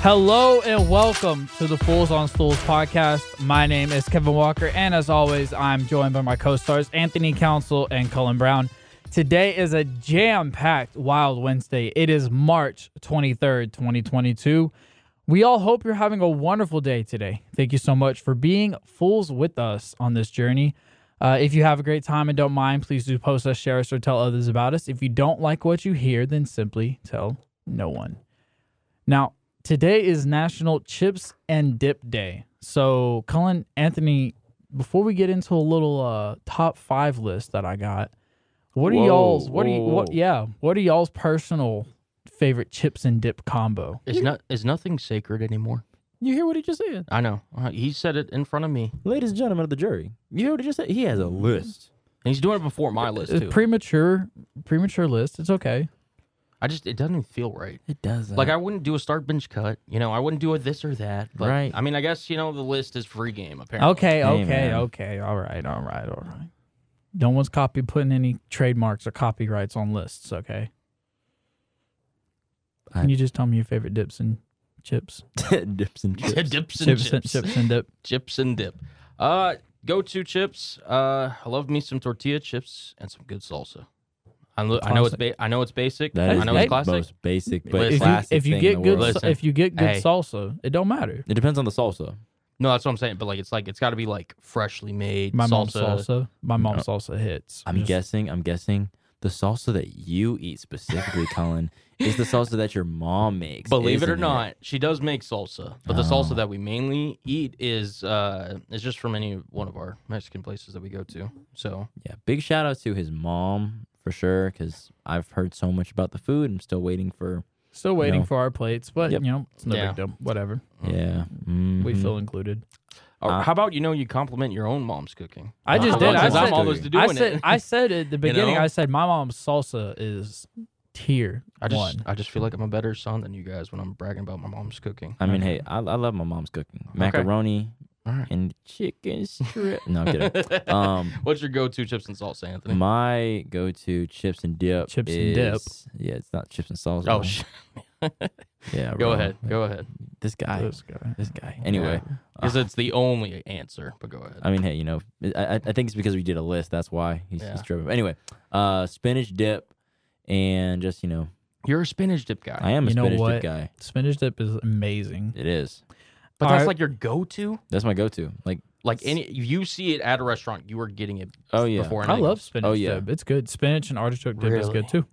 Hello and welcome to the Fools on Stools podcast. My name is Kevin Walker, and as always, I'm joined by my co stars, Anthony Council and Cullen Brown. Today is a jam packed Wild Wednesday. It is March 23rd, 2022. We all hope you're having a wonderful day today. Thank you so much for being fools with us on this journey. Uh, if you have a great time and don't mind, please do post us, share us, or tell others about us. If you don't like what you hear, then simply tell no one. Now, today is National Chips and Dip Day. So, Cullen, Anthony, before we get into a little uh, top five list that I got, what are Whoa, y'all's? What are you? whoa, What? whoa. Yeah, what are y'all's personal favorite chips and dip combo? Is not is nothing sacred anymore. You hear what he just said? I know. Uh, He said it in front of me. Ladies and gentlemen of the jury, you hear what he just said? He has a list. And he's doing it before my list It's too. Uh, premature, premature list. It's okay. I just it doesn't even feel right. It does. uh, Like I wouldn't do a start bench cut, you know, I wouldn't do a this or that. But Right. I mean I guess you know the list is free game apparently. Okay, okay, man. okay. All right, all right, all right. No one's copy putting any trademarks or copyrights on lists. Okay. I- Can you just tell me your favorite dips and chips? dips and Oh, chips. dips and and chips. chips and dip. Chips and dip. Uh go to chips. Uh I love me some tortilla chips and some good salsa. I, lo- I know it's ba- I know it's basic. That I is know the it's classic. most basic, But but if you, classic if you thing get in the good, world. sa- Listen, if you get good hey. salsa, it don't matter. it depends on the salsa. No, that's what I'm saying, but like it's like it's got to be like freshly made My mom's salsa. salsa, my mom's salsa hits. I'm Just- guessing. I'm guessing the salsa that you eat specifically, Cullen, is the salsa that your mom makes. Believe it or isn't not, she does make salsa, but the salsa that we mainly eat is uh is just from any one of our Mexican places that we go to. So Yeah. Big shout out to his mom for sure, because I've heard so much about the food. I'm still waiting for. Still waiting No. for our plates, but Yep. you know it's no Yeah. big deal. Whatever, Mm. Yeah. we mhm. feel included. Or Uh, Oh, how about you know you compliment your own mom's cooking? I just Uh, did. well, I since I'm said, always I doing said, it. I said at the beginning. know? I said my mom's salsa is tier I just one. I just feel like I'm a better son than you guys when I'm bragging about my mom's cooking. I mean, hey, I, I love my mom's cooking macaroni All right. and chicken strip. No, I'm kidding. Um, What's your go-to chips and salsa, Anthony? My go-to chips and dip. Chips and dip. is- Yeah, it's not chips and salsa. oh, sh- yeah. go bro. ahead, go ahead, This guy. This guy. This guy. Anyway, because it's the only answer. But go ahead. I mean, hey, you know, I, I- I think it's because we did a list. That's why he's, Yeah. he's tripping. Anyway, uh, spinach dip, and just you know, You're a spinach dip guy, I am a You know spinach what? dip guy. Spinach dip is amazing. It is. but All that's right. like your go-to. That's my go-to. Like, Like any, if you see it at a restaurant, you are getting it. Oh, yeah. before I anything love spinach Oh, yeah. dip. It's good. Spinach and artichoke dip is Really? good too.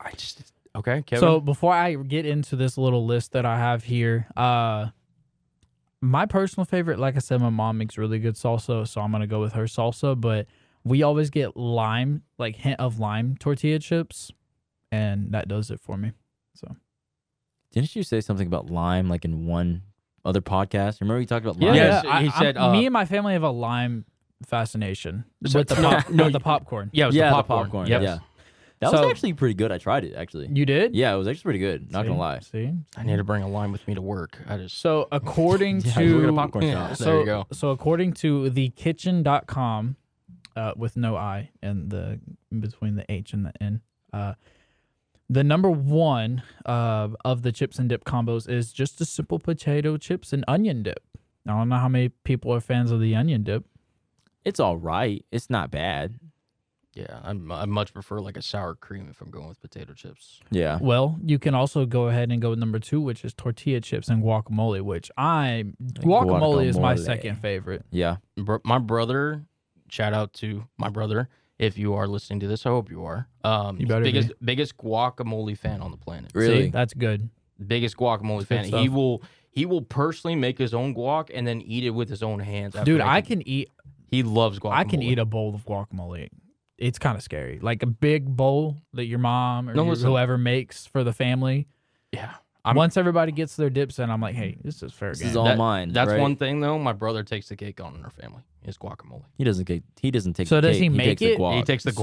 I just okay, Kevin. So before I get into this little list that I have here, uh my personal favorite, like I said, my mom makes really good salsa, so I'm gonna go with her salsa. But we always get lime, like hint of lime tortilla chips, and that does it for me. didn't you say something about lime? Like in one other podcast? Remember you talked about lime? Yes, I- he I'm- said, uh, me and my family have a lime fascination So- with the no, pop, no, with the you- popcorn. yeah, it was Yeah, the the popcorn. popcorn, Yep. yeah. That So- was actually pretty good. I tried it actually. You did? Yeah, it was actually pretty good. Not gonna lie. See. I need to bring a lime with me to work. I just So according Yeah, to we were at a popcorn Yeah. shop. so, There you go. So according to thekitchen.com, uh, with no I and the in between the H and the N, uh, the number one uh, of the chips and dip combos is just a simple potato chips and onion dip. I don't know how many people are fans of the onion dip. It's all right. It's not bad. yeah, I'm, I much prefer like a sour cream if I'm going with potato chips. Yeah. Well, you can also go ahead and go with number two, which is tortilla chips and guacamole, which I guacamole, is my Guacamole. second favorite. Yeah. Br- my brother, shout out to my brother. If you are listening to this, I hope you are. Um, You better biggest biggest guacamole fan on the planet. See, Really? that's good. Biggest guacamole good fan. stuff. He will he will personally make his own guac and then eat it with his own hands. after Dude, I making- can eat He loves guacamole. I can eat a bowl of guacamole. It's kind of scary. Like a big bowl that your mom or No, your- listen. whoever makes for the family. Yeah, I'm- Once everybody gets their dips in, I'm like, hey, this is fair This game. is all That- mine. That's right? one thing though. My brother takes the cake on in our family. Is guacamole. He doesn't get. He doesn't take. So the does cake, he make takes it? The guac. He takes the So-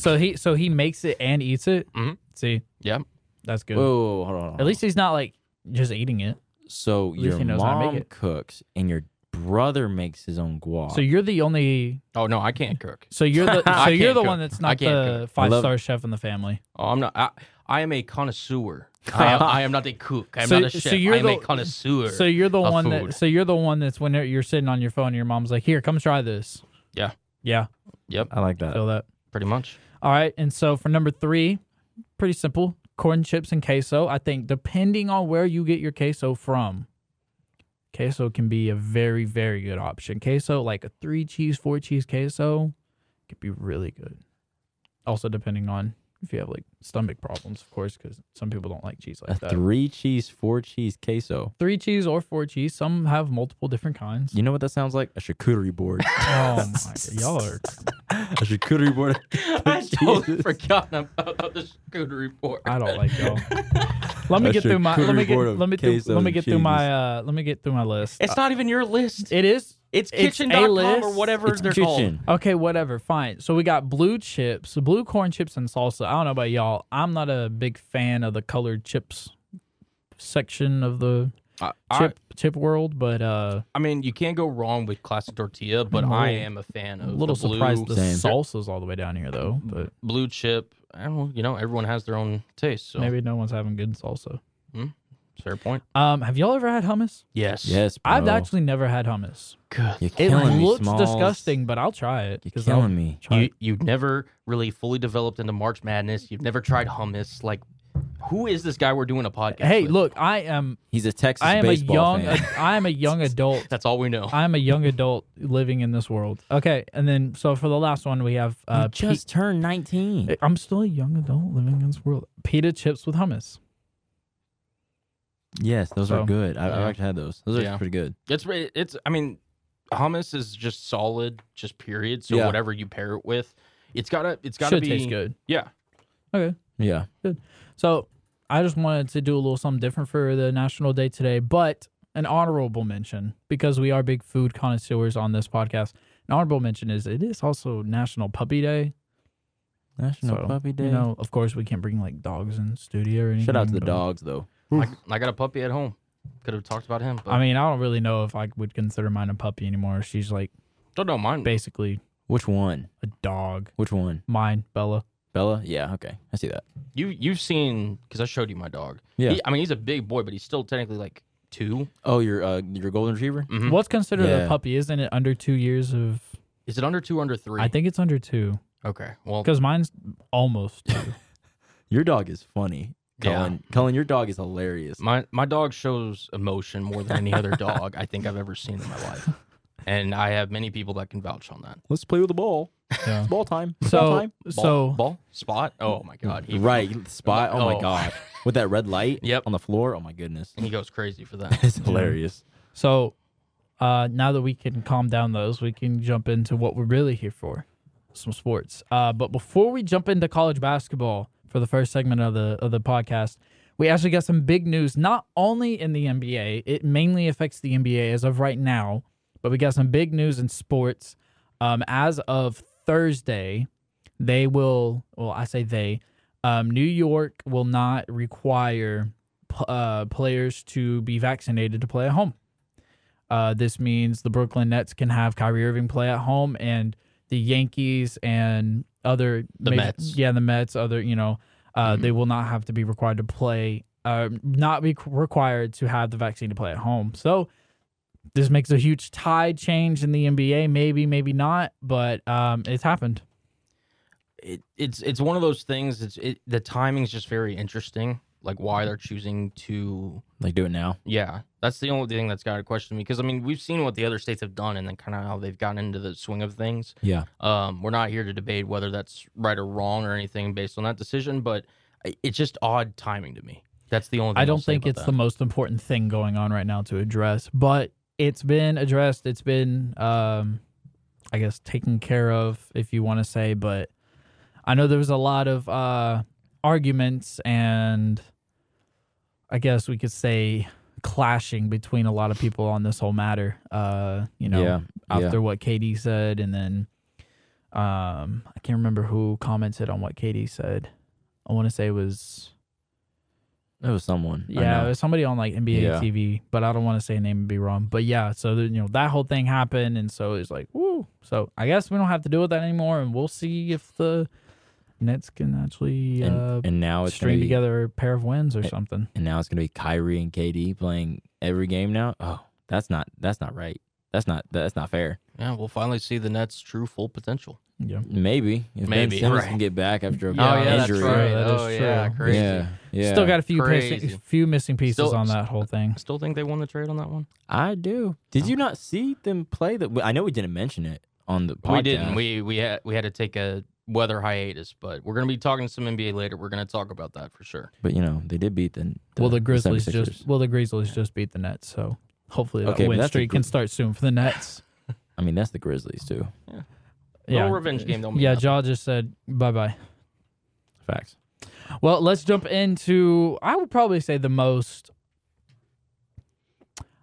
so he so he makes it and eats it. Mhm. See, yep. that's good. Mm-hmm. Whoa, whoa, whoa, hold on, hold on. At least he's not like just eating it. So least your he knows how to make mom it. cooks and your brother makes his own guac. So you're the only. Oh no, I can't cook. So you're the I so you're can't the cook. one that's I not can't the I five love- star chef in the family. Oh, I'm not. I, I am a connoisseur. I, am, I am not a cook. I'm So- not a so chef. you're I am the- a connoisseur. So you're the of one food. that. So you're the one that's when you're sitting on your phone, and your mom's like, "Here, come try this." Yeah. Yeah. yep, I like that. Feel that. pretty much. All right. And so for number three, pretty simple corn chips and queso. I think depending on where you get your queso from, queso can be a very, very good option. Queso, like a three cheese, four cheese queso, could be really good. Also, depending on if you have like stomach problems, of course, because some people don't like cheese a like that. three cheese, four cheese queso. three cheese or four cheese. Some have multiple different kinds. You know what that sounds like? A charcuterie board. Oh my, y'all are a charcuterie board. I totally forgot about, about the scooter report. I don't like y'all. Let me A get through my let me charcuterie get board of let me through, queso let me and get through my uh let me get through my list. It's not even your list. It is It's it's a kitchen.com or list. whatever It's they're called. kitchen. okay, whatever, fine. So we got blue chips, blue corn chips and salsa. I don't know about y'all. I'm not a big fan of the colored chips section of the I, I, chip chip world, but uh I mean, you can't go wrong with classic tortilla, but I'm a I little- am a fan a of little the blue, surprised the Same. salsa's all the way down here though. But blue chip. I don't know, you know, everyone has their own taste. So maybe no one's having good salsa. fair point. Um have y'all ever had hummus? Yes. Yes, bro. I've actually never had hummus. Good. You're It killing me, looks Smalls. disgusting, but I'll try it. You're 'cause I'll killing me. try You it. you've never really fully developed into March Madness. You've never tried hummus. Like, who is this guy we're doing a podcast? Hey, with? look, I am He's a Texas I am a baseball young fan. ad- I am a young adult. that's all we know. I am a young adult living in this world. Okay, and then so for the last one we have uh you just turned 19. pe- I'm still a young adult living in this world. Pita chips with hummus. yes, those So, are good. I, yeah. I've actually had those. Those are Yeah. pretty good. It's re- it's. I mean, hummus is just solid, just period. So Yeah. whatever you pair it with, it's gotta it's gotta Should be taste good. Yeah, Okay. Yeah. So I just wanted to do a little something different for the National Day today, but an honorable mention because we are big food connoisseurs on this podcast. An honorable mention is it is also National Puppy Day. National So, Puppy Day. You know, of course, we can't bring like dogs in studio or anything. Shout out to the but- dogs, though. I, I got a puppy at home. Could have talked about him. But I mean, I don't really know if I would consider mine a puppy anymore. She's like don't know mine. basically Which one? a dog. Which one? Mine, Bella. Bella? Yeah, okay. I see that. You you've seen because I showed you my dog. Yeah. He- I mean, he's a big boy, but he's still technically like two. Oh, your uh, your golden retriever? Mhm. What's considered a Mm. Yeah. puppy? Isn't it under two years of? Is it under two, under three? I think it's under two Okay. Well, because mine's almost. two. Your dog is funny. Yeah. Cullen, Cullen, your dog is hilarious. my my dog shows emotion more than any other dog I think I've ever seen in my life, and I have many people that can vouch on that. Let's play with the ball. Yeah. It's ball time. It's ball so time. Ball, so ball spot. Oh my god. He Right. Spot. Oh, Oh. my God. With that red light Yep. on the floor. Oh, my goodness. He goes crazy for that. It's hilarious. So uh, now that we can calm down those, we can jump into what we're really here for, some sports. Uh, but before we jump into college basketball for the first segment of the of the podcast, we actually got some big news. Not only in the NBA, it mainly affects the NBA as of right now, but we got some big news in sports. Um, as of Thursday, they will. Well, I say they. Um, New York will not require p- uh, players to be vaccinated to play at home. Uh, this means the Brooklyn Nets can have Kyrie Irving play at home, and the Yankees and other The major- Mets. Mm-hmm. yeah, the Mets, other you know, uh, they will not have to be required to play, uh, not be required to have the vaccine to play at home. So this makes a huge tide change in the NBA. Maybe, maybe not, but um, it's happened. it, it's it's one of those things. It's it, the timing's just very interesting. Like why they're choosing to. Like, do it now. Yeah, that's the only thing that's got to question me because I mean we've seen what the other states have done and then kind of how they've gotten into the swing of things. Yeah. Um, we're not here to debate whether that's right or wrong or anything based on that decision, but i- it's just odd timing to me. That's the only. Thing I I'll don't say think about it's that. the most important thing going on right now to address, but it's been addressed. It's been, um, I guess, taken care of, if you want to say. But I know there was a lot of uh, arguments and I guess we could say clashing between a lot of people on this whole matter. Uh, you know, Yeah, yeah. after what Katie said, and then um, I can't remember who commented on what Katie said. I want to say it was That was someone. I yeah, know. it was somebody on like NBA Yeah. TV, but I don't want to say a name and be wrong. But yeah, so the, you know that whole thing happened, and so it's like, woo. So I guess we don't have to deal with that anymore, and we'll see if the Nets can actually and, uh, and now it's gonna string be- together a pair of wins or something. and now it's gonna be Kyrie and KD playing every game now. Oh, that's not that's not right. That's not that's not fair. Yeah, we'll finally see the Nets' true full potential. Yeah. Maybe if Maybe, Ben Simmons right. can get back after a Yeah, oh yeah, injury. that's right. Yeah, that oh is yeah, true. crazy. Yeah, yeah. Still got a few Crazy. missing, few missing pieces Still- on that whole thing. I still think they won the trade on that one. I do. Did you not see them play? That I know we didn't mention it on the podcast. We didn't. We we had we had to take a weather hiatus, but we're gonna be talking some NBA later. We're gonna talk about that for sure. but you know they did beat the. well, the Grizzlies 76ers. just well the Grizzlies just beat the Nets, so hopefully that Okay, but win that's the streak Gri- can start soon for the Nets. I mean, that's the Grizzlies too. yeah, Little revenge game. Don't mean yeah. nothing. Jaw just said bye bye. Facts. Well, let's jump into I would probably say the most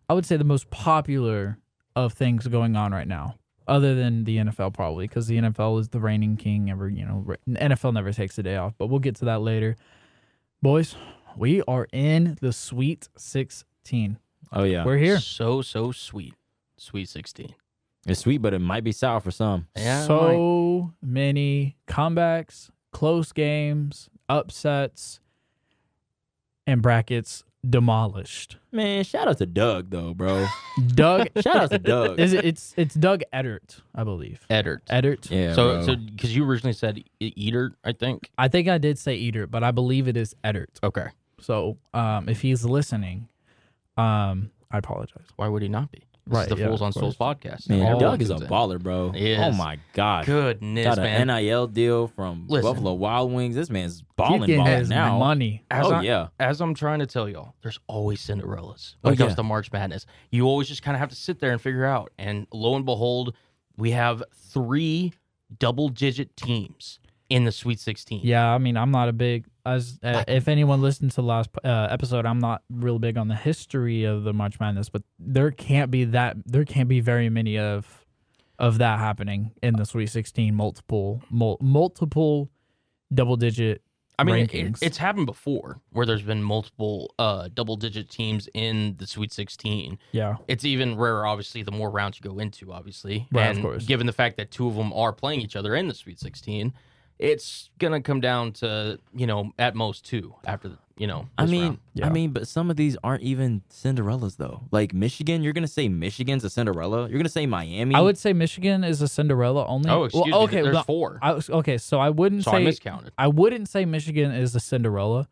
I would say the most popular of things going on right now other than the NFL probably cuz the NFL is the reigning king ever, you know, re- NFL never takes a day off, but we'll get to that later. Boys, we are in the sweet 16. Oh yeah, We're here. So so sweet, sweet sixteen. it's sweet, but it might be sour for some. Yeah, Mike. so many comebacks, close games, upsets and brackets demolished. Man, shout out to Doug though, bro. Doug shout out to Doug. Is it, it's it's Doug Edert, I believe. Eddard. Edert. yeah. so bro. so because you originally said E- Eater, I think. I think I did say Edert, but I believe it is Edert. Okay. So um, if he's listening, um, I apologize. Why would he not be? This Right, is the yeah, Fools of on Souls podcast. man, All Doug is a comes in. baller, bro. He Oh is. my gosh. Goodness, Got man. an NIL deal from Listen. Buffalo Wild Wings. This man's Keep balling, getting balling his now. money. as oh I, yeah, As I'm trying to tell y'all, there's always Cinderellas when Oh, it comes yeah. to March Madness. You always just kind of have to sit there and figure out. And lo and behold, we have three double-digit teams in the Sweet 16. Yeah, I mean, I'm not a big as uh, if anyone listened to the last uh, episode, I'm not real big on the history of the March Madness, but there can't be that there can't be very many of of that happening in the Sweet 16 multiple mul- multiple double digit I mean, it- rankings. it's happened before where there's been multiple uh, double-digit teams in the Sweet 16. yeah. It's even rarer, obviously, the more rounds you go into, obviously. Right, of and course. Given the fact that two of them are playing each other in the Sweet 16, it's going to come down to, you know, at most two after, the, you know, I this mean, round. Yeah. I mean, but some of these aren't even Cinderellas though. Like Michigan, you're gonna say Michigan's a Cinderella. You're gonna say Miami. I would say Michigan is a Cinderella only. Oh, excuse well, me. okay, There's but four. I was, okay, so I wouldn't so say I miscounted. I wouldn't say Michigan is a Cinderella.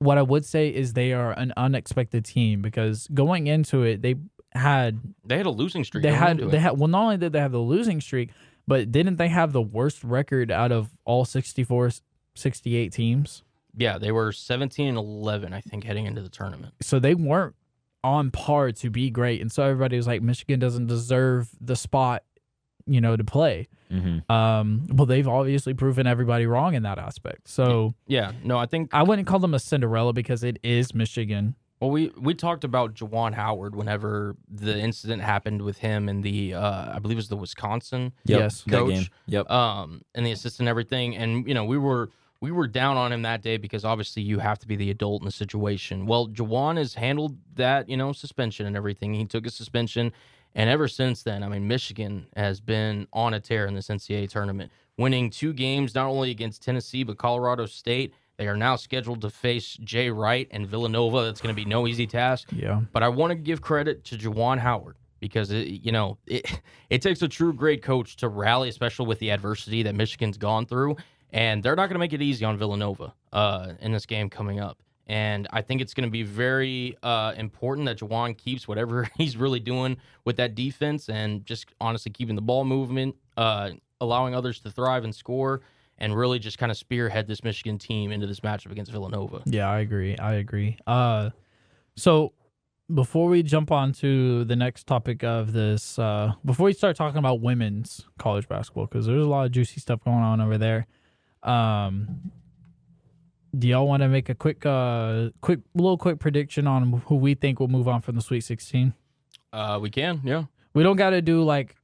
What I would say is they are an unexpected team because going into it, they had They had a losing streak. they going had into they it. had well not only did they have the losing streak, but didn't they have the worst record out of all 64 68 teams? yeah, they were 17 and 11, I think, heading into the tournament. So they weren't on par to be great, and so everybody was like, Michigan doesn't deserve the spot, you know, to play. Mhm. Um, well, they've obviously proven everybody wrong in that aspect. So Yeah, no, I think, I wouldn't call them a Cinderella because it is Michigan. well, we, we talked about Jawan Howard whenever the incident happened with him and the, uh, I believe it was the Wisconsin Yep, Yes. that Coach. game. Yep. um, and the assist and everything. And you know, we were we were down on him that day because obviously you have to be the adult in the situation. Well, Jawan has handled that you know suspension and everything. He took a suspension, and ever since then, I mean, Michigan has been on a tear in this NCAA tournament, winning two games not only against Tennessee but Colorado State. They are now scheduled to face Jay Wright and Villanova. That's going to be no easy task. Yeah. But I want to give credit to Jawan Howard because it, you know it it takes a true great coach to rally, especially with the adversity that Michigan's gone through, and they're not going to make it easy on Villanova uh, in this game coming up. And I think it's going to be very uh, important that Jawan keeps whatever he's really doing with that defense and just honestly keeping the ball movement, uh, allowing others to thrive and score, and really just kind of spearhead this Michigan team into this matchup against Villanova. Yeah, I agree. I agree. Uh, so before we jump on to the next topic of this, uh, before we start talking about women's college basketball, because there's a lot of juicy stuff going on over there. Um, do y'all want to make a quick, uh, quick little quick prediction on who we think will move on from the Sweet 16? Uh, we can, yeah. We don't got to do like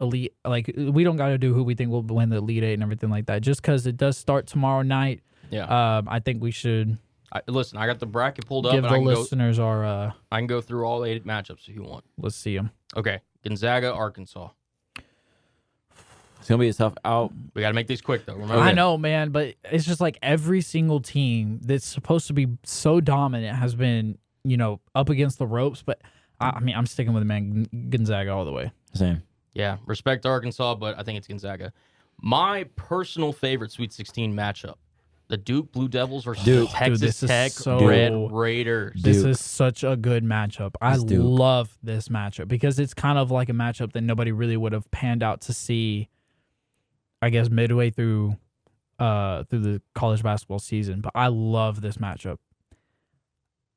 elite, like we don't got to do who we think will win the Elite Eight and everything like that. Just because it does start tomorrow night, Yeah. um, I think we should I, listen, I got the bracket pulled up. give And I, the can go, listeners our. Uh, I can go through all eight matchups if you want. Let's see them. Okay, Gonzaga, Arkansas. It's gonna be a tough out. We got to make these quick though. Remember, I know, man, but it's just like every single team that's supposed to be so dominant has been, you know, up against the ropes. But I, I mean, I'm sticking with man Gonzaga all the way. Same. Yeah, respect Arkansas, but I think it's Gonzaga. My personal favorite Sweet 16 matchup: the Duke Blue Devils versus the Dude, Texas this is Tech so- Red Dude. Raiders. This Duke. is such a good matchup. I It's Duke. love this matchup because it's kind of like a matchup that nobody really would have panned out to see. I guess midway through, uh, through the college basketball season. But I love this matchup.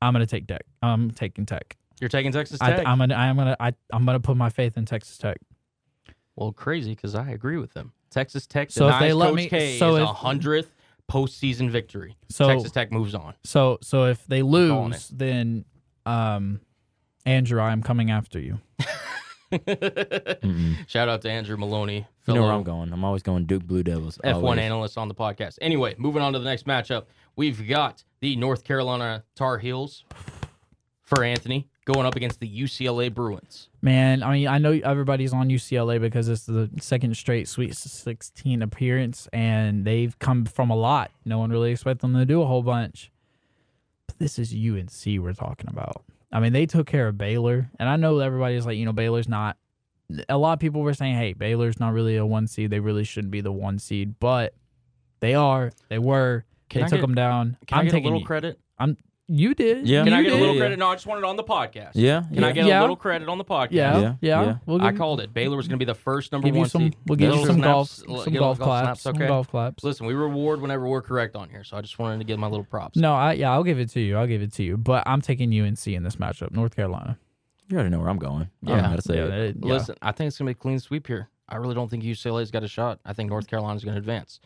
I'm gonna take Tech. I'm taking Tech. You're taking Texas I, Tech. I'm gonna. I'm gonna. I, I'm gonna put my faith in Texas Tech. well, crazy because I agree with them. Texas Tech So if denies they let Coach me- K so his if- 100th postseason victory. So Texas Tech moves on. so so if they calling lose, then um, Andrew, I am coming after you. Mm-mm. Shout out to Andrew Maloney, You know where fellow I'm going. I'm always going Duke Blue Devils. F1 always. analyst on the podcast. Anyway, moving on to the next matchup, we've got the North Carolina Tar Heels for Anthony going up against the UCLA Bruins. Man, I mean, I know everybody's on UCLA because it's the second straight Sweet 16 appearance, and they've come from a lot. No one really expected them to do a whole bunch. But this is UNC we're talking about. I mean, they took care of Baylor, and I know everybody's like, you know, Baylor's not. A lot of people were saying, hey, Baylor's not really a one seed. They really shouldn't be the one seed, but they are. They were. Can they I took get- them down. Can i I'm get a taking little you. credit? I'm, you did. Yeah. Can I You get a little did. yeah. credit? No, I just wanted it on the podcast. Yeah. Can yeah. I get Yeah. a little credit on the podcast? Yeah, yeah. Yeah, yeah. We'll I give- called it. Baylor was going to be the first number give you one some. seed. We'll give you Little some snaps, golf, little- some little golf golf claps, snaps, some okay. golf claps. Listen, we reward whenever we're correct on here, so I just wanted to give my little props. No, I yeah, I'll give it to you. I'll give it to you. But I'm taking UNC in this matchup, North Carolina. You already know where I'm going. I don't Yeah. know how to say yeah, it. that- yeah. Listen, I think it's going to be a clean sweep here. I really don't think UCLA's got a shot. I think North Carolina's going to advance,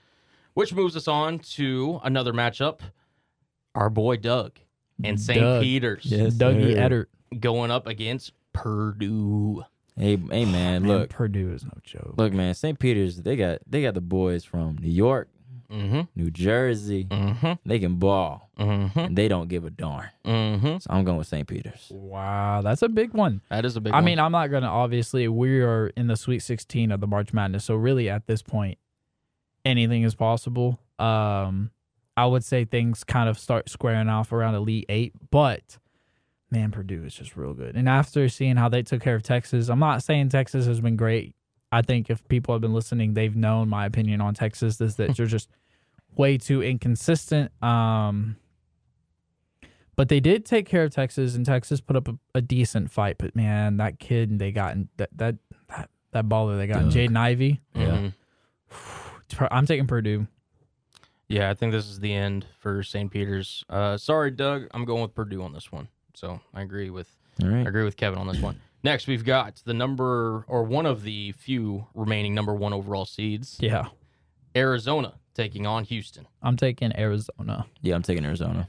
which moves us on to another matchup. Our boy Doug and St. Doug. Peter's Yes, Dougie sir. Edert. going up against Purdue. Hey, hey, Oh, man. Man, Look, Purdue is no joke. look, man. St. Peter's. They got they got the boys from New York, Mm-hmm. New Jersey. Mm-hmm. They can ball, Mm-hmm. and they don't give a darn. Mm-hmm. So I'm going with St. Peter's. Wow, that's a big one. That is a big. I one. mean, I'm not gonna obviously we are in the Sweet 16 of the March Madness, so really at this point, anything is possible. Um, I would say things kind of start squaring off around Elite Eight, but man, Purdue is just real good. And after seeing how they took care of Texas, I'm not saying Texas has been great. I think if people have been listening, they've known my opinion on Texas is that you're just way too inconsistent. Um, but they did take care of Texas, and Texas put up a, a decent fight. But man, that kid they got in, that that that that baller they got in Doug. Jaden Ivey. Mhm. I'm taking Purdue. Yeah, I think this is the end for St. Peter's. Uh, sorry, Doug, I'm going with Purdue on this one. So I agree with All I right. agree with Kevin on this one. Next, we've got the number or one of the few remaining number one overall seeds, Yeah, Arizona taking on Houston. I'm taking Arizona, Yeah, I'm taking Arizona.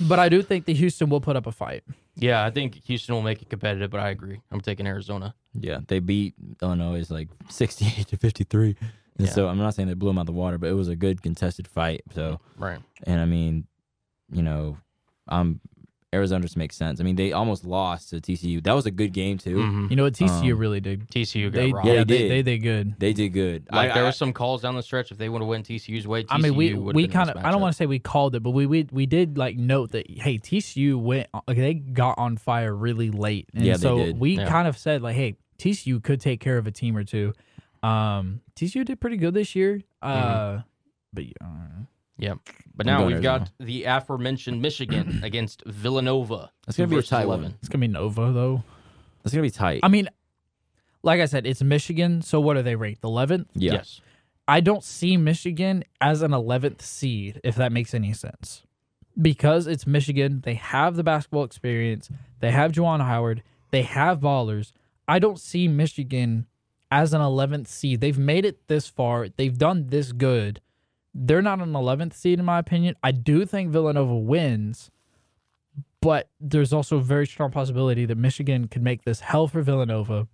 but I do think that Houston will put up a fight. Yeah, I think Houston will make it competitive, but I agree. I'm taking Arizona. Yeah, they beat Illinois like 68 to 53. And Yeah. So I'm not saying they blew them out the water, but it was a good contested fight. So Right. And I mean, you know, um, Arizona just makes sense. I mean, they almost lost to TCU. That was a good game too. hmm You know what TCU Um, really did. TCU got They, robbed. Yeah, yeah, they they, did. they did good. They did good. Like I, there I- were some calls down the stretch. If they would have went TCU's way, TCU I mean, we would've we been in kind this of I don't matchup. want to say we called it, but we we we did like note that hey TCU went like, they got on fire really late, and Yeah, they so did. we Yeah. kind of said like hey TCU could take care of a team or two. Um, TCU did pretty good this year, Mm-hmm. uh, but uh, But I'm now going we've got the aforementioned Michigan against Villanova. That's gonna be a versus tight 11. one. it's gonna be Nova though. It's gonna be tight. I mean, like I said, it's Michigan, so what are they ranked? Eleventh. yeah. Yes. I don't see Michigan as an 11th seed, if that makes any sense. Because it's Michigan, they have the basketball experience, they have Juwan Howard, they have ballers. I don't see Michigan as an 11th seed. They've made it this far, they've done this good. They're not an 11th seed, in my opinion. I do think Villanova wins, but there's also a very strong possibility that Michigan could make this hell for Villanova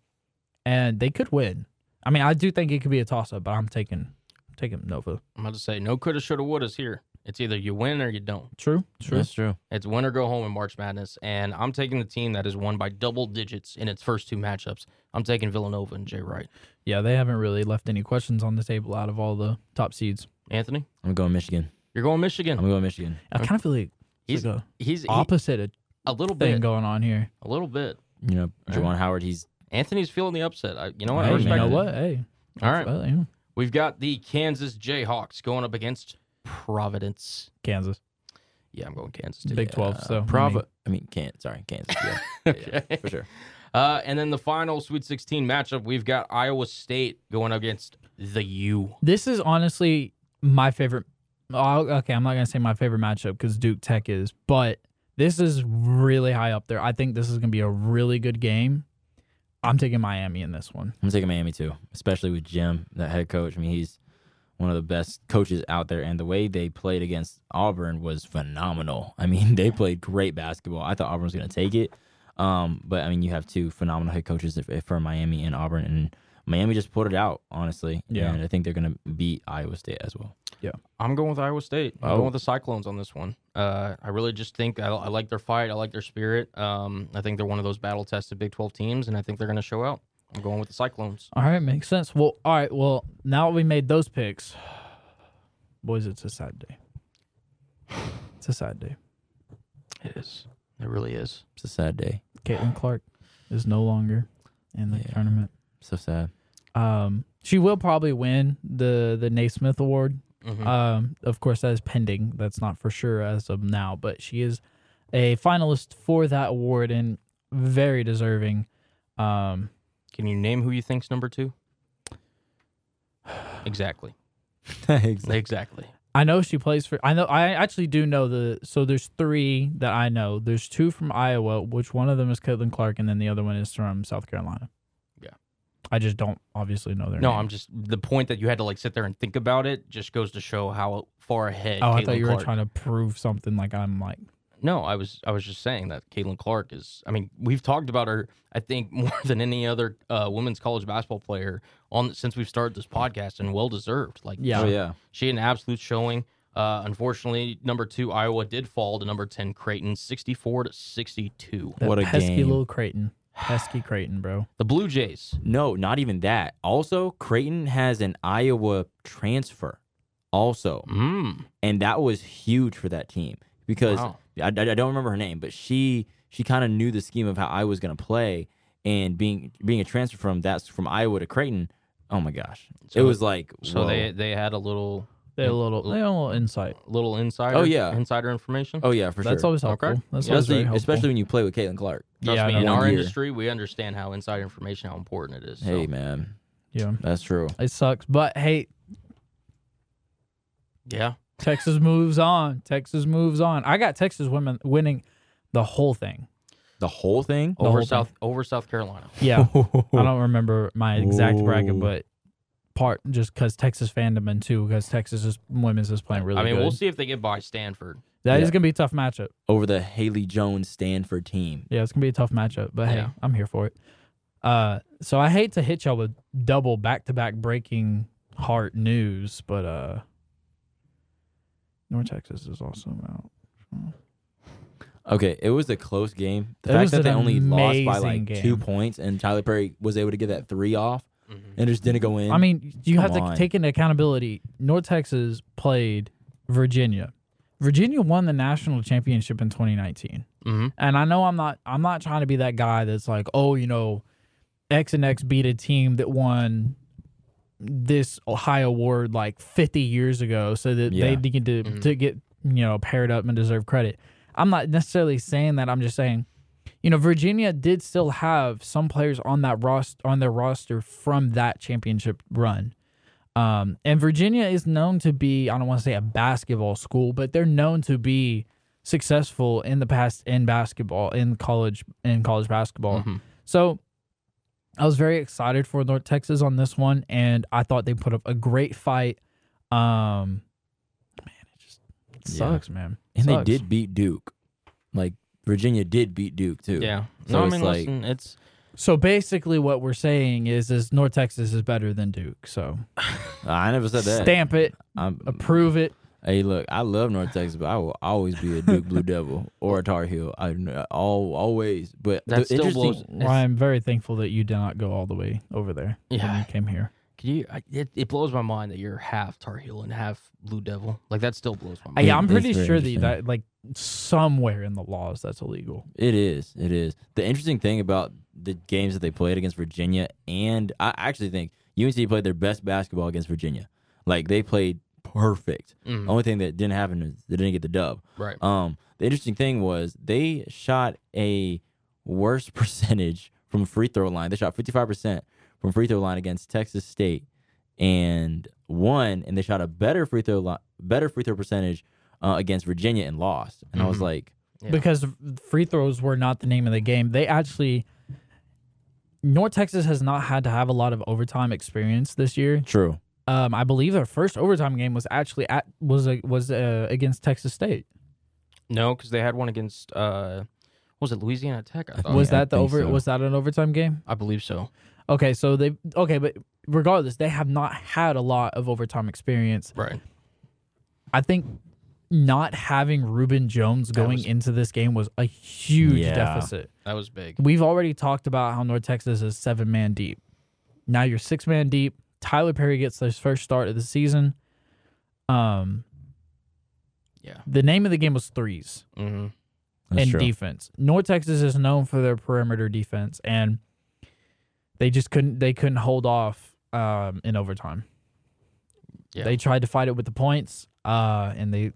and they could win. I mean, I do think it could be a toss up, but I'm taking taking Nova. I'm about to say no coulda, shoulda, wouldas here. It's either you win or you don't. True. True. That's true. It's win or go home in March Madness, and I'm taking the team that has won by double digits in its first two matchups. I'm taking Villanova and Jay Wright. Yeah, they haven't really left any questions on the table out of all the top seeds. Anthony, I'm going Michigan. you're going Michigan. I'm going Michigan. I kind of feel like He's it's like a he's he- opposite of a little thing bit, going on here. a little bit. You know, All right. Jawan Howard. He's Anthony's feeling the upset. I, you know what? I Hey, you respect know it. what? Hey, All right, well, yeah. we've got the Kansas Jayhawks going up against Providence. Kansas, Yeah, I'm going Kansas. Too. Big Twelve. So I mean, Prov. I mean, can't. Sorry, Kansas. Yeah, Okay. for sure. Uh, and then the final Sweet 16 matchup, we've got Iowa State going against the U. this is honestly my favorite. Oh, okay, I'm not gonna say my favorite matchup because Duke Tech is, but this is really high up there. I think this is gonna be a really good game. I'm taking Miami in this one. I'm taking Miami too, especially with Jim, that head coach. I mean, he's one of the best coaches out there, and the way they played against Auburn was phenomenal. I mean, they played great basketball. I thought Auburn was going to take it, um, but I mean, you have two phenomenal head coaches if- if for Miami and Auburn, and Miami just pulled it out, honestly. Yeah. and I think they're going to beat Iowa State as well. I'm going with Iowa State. I'm Oh. going with the Cyclones on this one. Uh, I really just think I, I like their fight. I like their spirit. Um, I think they're one of those battle tested Big 12 teams, and I think they're going to show out. I'm going with the Cyclones. All right, makes sense. Well, all right. Well, now that we made those picks, boys, it's a sad day. It's a sad day. It is. It really is. It's a sad day. Caitlin Clark is no longer in the Yeah. tournament. So sad. Um, she will probably win the the Naismith Award. Mhm. Um, of course, that is pending. That's not for sure as of now, but she is a finalist for that award and very deserving. Um, Can you name who you think's number two? Exactly. Exactly. Exactly. I know she plays for. I know. I actually do know the. So there's three that I know. There's two from Iowa, which one of them is Caitlin Clark, and then the other one is from South Carolina. Yeah. I just don't obviously know their. No, name. I'm just the point that you had to like sit there and think about it just goes to show how far ahead. Oh, I Caitlin thought you were Clark trying to prove something. Like I'm like. No, I was I was just saying that Caitlin Clark is. I mean, we've talked about her. I think more than any other uh, women's college basketball player on since we've started this podcast, and well deserved. Like, Yeah. Oh yeah. she had an absolute showing. Uh, unfortunately, number two Iowa did fall to number ten Creighton, sixty four to sixty two. That What a pesky game. little Creighton. Pesky Creighton, bro. The Blue Jays. No, not even that. Also, Creighton has an Iowa transfer. Also, Mm. and that was huge for that team because Wow. I, I, I don't remember her name, but she she kind of knew the scheme of how I was going to play, and being being a transfer from that's from Iowa to Creighton. Oh my gosh, it So- was like So whoa. they they had a little They had a little, they had a little insight. little insider. Oh, yeah. insider information. oh yeah for That's sure, always helpful. Okay. That's always especially very helpful. especially when you play with Caitlin Clark. Trust yeah, me, I in know. One our year. industry, we understand how insider information how important it is. so. Hey man, yeah, that's true. it sucks. But hey, yeah, Texas moves on. Texas moves on. I got Texas women winning the whole thing. The whole thing. The over whole South over South Carolina. Oh, Yeah, I don't remember my exact bracket, Ooh. but part just because Texas fandom and two because Texas is, women's is playing really. I mean, good. we'll see if they get by Stanford. That is Yeah. gonna be a tough matchup. over the Haley Jones Stanford team. Yeah, it's gonna be a tough matchup, but hey, Yeah. I'm here for it. Uh, so I hate to hit y'all with double back to back breaking heart news, but uh, North Texas is also out. Okay, it was a close game. The It was fact that an they only lost by amazing like game. Mm-hmm. two points, and Tyler Perry was able to get that three off, and just didn't go in. I mean, you Come have to on. take into accountability. North Texas played Virginia. Virginia won the national championship in 2019. Mm-hmm. And I know I'm not I'm not trying to be that guy that's like, "Oh, you know, X and X beat a team that won this high award like 50 years ago so that Yeah. they need to Mhm. to get, you know, paired up and deserve credit." I'm not necessarily saying that. I'm just saying you know, Virginia did still have some players on that roster on their roster from that championship run. Um, and Virginia is known to be, I don't want to say a basketball school, but they're known to be successful in the past in basketball, in college, in college basketball. Mhm. So I was very excited for North Texas on this one, and I thought they put up a great fight. Um, man, it just it Yeah. sucks, man. And Sucks. they did beat Duke. Like Virginia did beat Duke too. Yeah. So no, I it's mean, like- listen, it's So basically, what we're saying is, is North Texas is better than Duke. So I never said that. stamp it, I'm, approve it. Hey, look, I love North Texas, but I will always be a Duke Blue Devil or a Tar Heel. I all always, but That the still interesting- blows. it's- I'm very thankful that you did not go all the way over there when Yeah. you came here. Can you? I, it, it blows my mind that you're half Tar Heel and half Blue Devil. Like that still blows my mind. Yeah, I'm it's pretty very sure that, you- interesting. that like somewhere in the laws that's illegal. It is. It is. The interesting thing about the games that they played against Virginia, and I actually think UNC played their best basketball against Virginia. Like they played perfect. Mhm. Oh. Only thing that didn't happen is they didn't get the dub. Right. Um, the interesting thing was they shot a worse percentage from free throw line. They shot 55% from free throw line against Texas State and won, and they shot a better free throw line, better free throw percentage uh, against Virginia and lost. And I was Mhm. like, Yeah. because free throws were not the name of the game. They actually North Texas has not had to have a lot of overtime experience this year. true. Um, I believe their first overtime game was actually at was a, was uh, against Texas State. No, because they had one against. uh what Was it Louisiana Tech? I thought. was Oh, yeah, I that the think over? so. Was that an overtime game? I believe so. Okay, so they okay, but regardless, they have not had a lot of overtime experience. Right. I think not having Ruben Jones going was- into this game was a huge Yeah. deficit. That was big. We've already talked about how North Texas is seven man deep. Now you're six man deep. Tyler Perry gets his first start of the season. Um, Yeah. the name of the game was threes hmm That's and true. defense. North Texas is known for their perimeter defense, and they just couldn't they couldn't hold off um, in overtime. Yeah. They tried to fight it with the points, uh, and they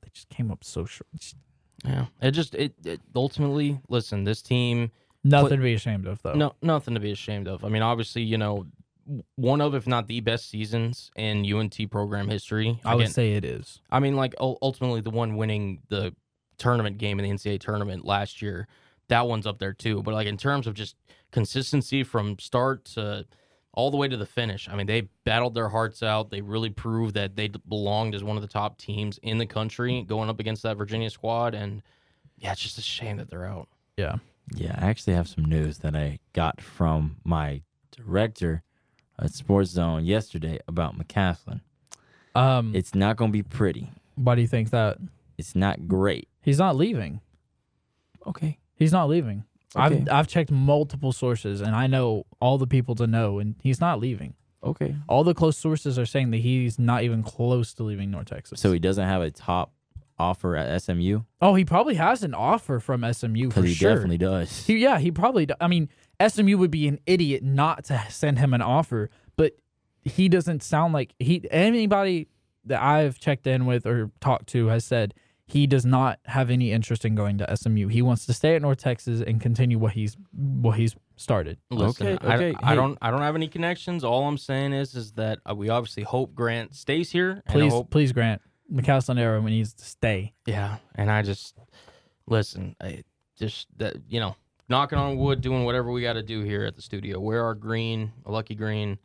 they just came up so short. Just Yeah. It just it, it ultimately listen. This team. nothing to be ashamed of, though. No, nothing to be ashamed of. I mean, obviously, you know, w- one of if not the best seasons in UNT program history. I would Again, say it is. I mean, like ul- ultimately, the one winning the tournament game in the NCAA tournament last year, that one's up there too. But like in terms of just consistency from start to all the way to the finish, I mean, they battled their hearts out. They really proved that they d- belonged as one of the top teams in the country going up against that Virginia squad. And yeah, it's just a shame that they're out. Yeah, I actually have some news that I got from my director at Sports Zone yesterday about McCaslin. Um, It's not going to be pretty. why do you think that It's not great. he's not leaving? Okay. He's not leaving. Okay. I've I've checked multiple sources and I know all the people to know and he's not leaving. Okay. All the close sources are saying that he's not even close to leaving North Texas. So he doesn't have a top offer at SMU oh, he probably has an offer from SMU for because he sure. definitely does. He- yeah, he probably. do- I mean, SMU would be an idiot not to send him an offer, but he doesn't sound like he. Anybody that I've checked in with or talked to has said he does not have any interest in going to SMU. He wants to stay at North Texas and continue what he's what he's started. Listen, Okay, I, okay, I hey. don't, I don't have any connections. All I'm saying is, is that uh, we obviously hope Grant stays here. and I Please, hope- please, Grant McAllister Arrow needs to stay. yeah. And I just listen. I just that you know, knocking on wood, doing whatever we got to do here at the studio. Where are Green, Lucky Green?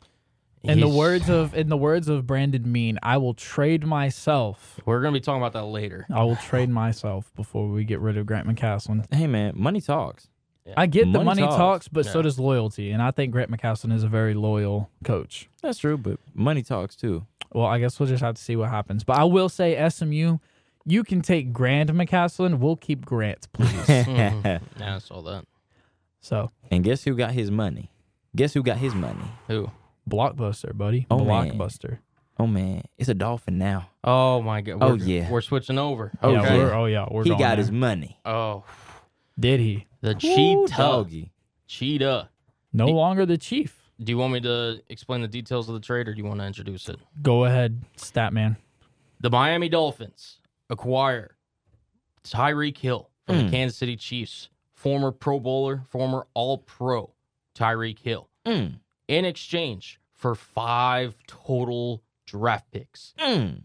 In the He's- words of in the words of Brandon Mean, I will trade myself. we're gonna be talking about that later. I will trade myself before we get rid of Grant McCaslin. hey, man, money talks. I get the Money money talks. talks, but so Yeah. does loyalty. And I think Grant McCaslin is a very loyal coach. That's true, but money talks too. Well, I guess we'll just have to see what happens. But I will say, SMU, you can take Grant McCaslin. We'll keep Grant, please. Mm-hmm. Mhm. Yeah, I saw that. so, and guess who got his money? Guess who got his money? Who? blockbuster, buddy. Oh, man. blockbuster. Oh, man. It's a dolphin now. Oh my God. Oh, We're- yeah. We're switching over. Oh, yeah, Okay. we're, oh, yeah. We're he going got there. his money. Oh, Did he? the Ooh, cheetah. doggy. Cheetah. No He- longer the chief. Do you want me to explain the details of the trade, or do you want to introduce it? Go ahead, stat man. The Miami Dolphins acquire Tyreek Hill from Mm. the Kansas City Chiefs, former Pro Bowler, former All Pro Tyreek Hill, Mm, in exchange for five total draft picks. mm.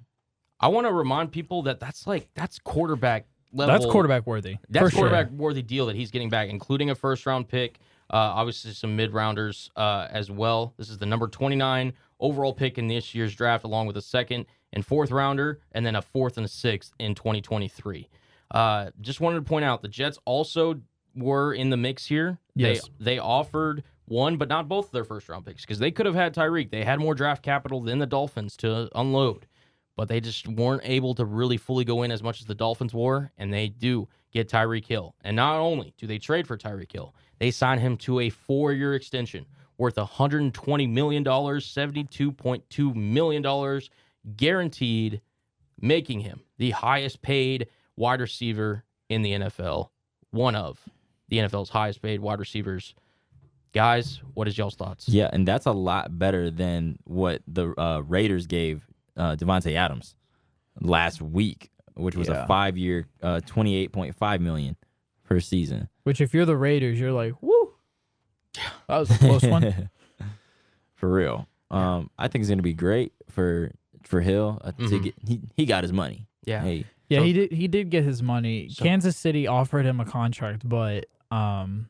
I want to remind people that that's like that's quarterback level. That's quarterback worthy. That's for sure. quarterback worthy deal that he's getting back, including a first round pick, uh, obviously some mid rounders uh, as well. This is the number 29 overall pick in this year's draft, along with a second and fourth rounder, and then a fourth and a sixth in 2023. Uh, just wanted to point out the Jets also were in the mix here. Yes. They, they offered one, but not both of their first round picks because they could have had Tyreek. They had more draft capital than the Dolphins to unload. but they just weren't able to really fully go in as much as the Dolphins were, and they do get Tyreek Hill. And not only do they trade for Tyreek Hill, they sign him to a four-year extension worth 120 million dollars, 72.2 million dollars guaranteed, making him the highest-paid wide receiver in the NFL, one of the NFL's highest-paid wide receivers. Guys, what is y'all's thoughts? Yeah, and that's a lot better than what the uh, Raiders gave uh, Devonte Adams last week, which was Yeah. a five-year, uh, twenty-eight point five million per season. Which, if you're the Raiders, you're like, woo. That was a close one. for real. Um, I think it's gonna be great for for Hill uh, to Mhm. get. He, he got his money. Yeah. Hey, Yeah, So- he did. He did get his money. So- Kansas City offered him a contract, but um,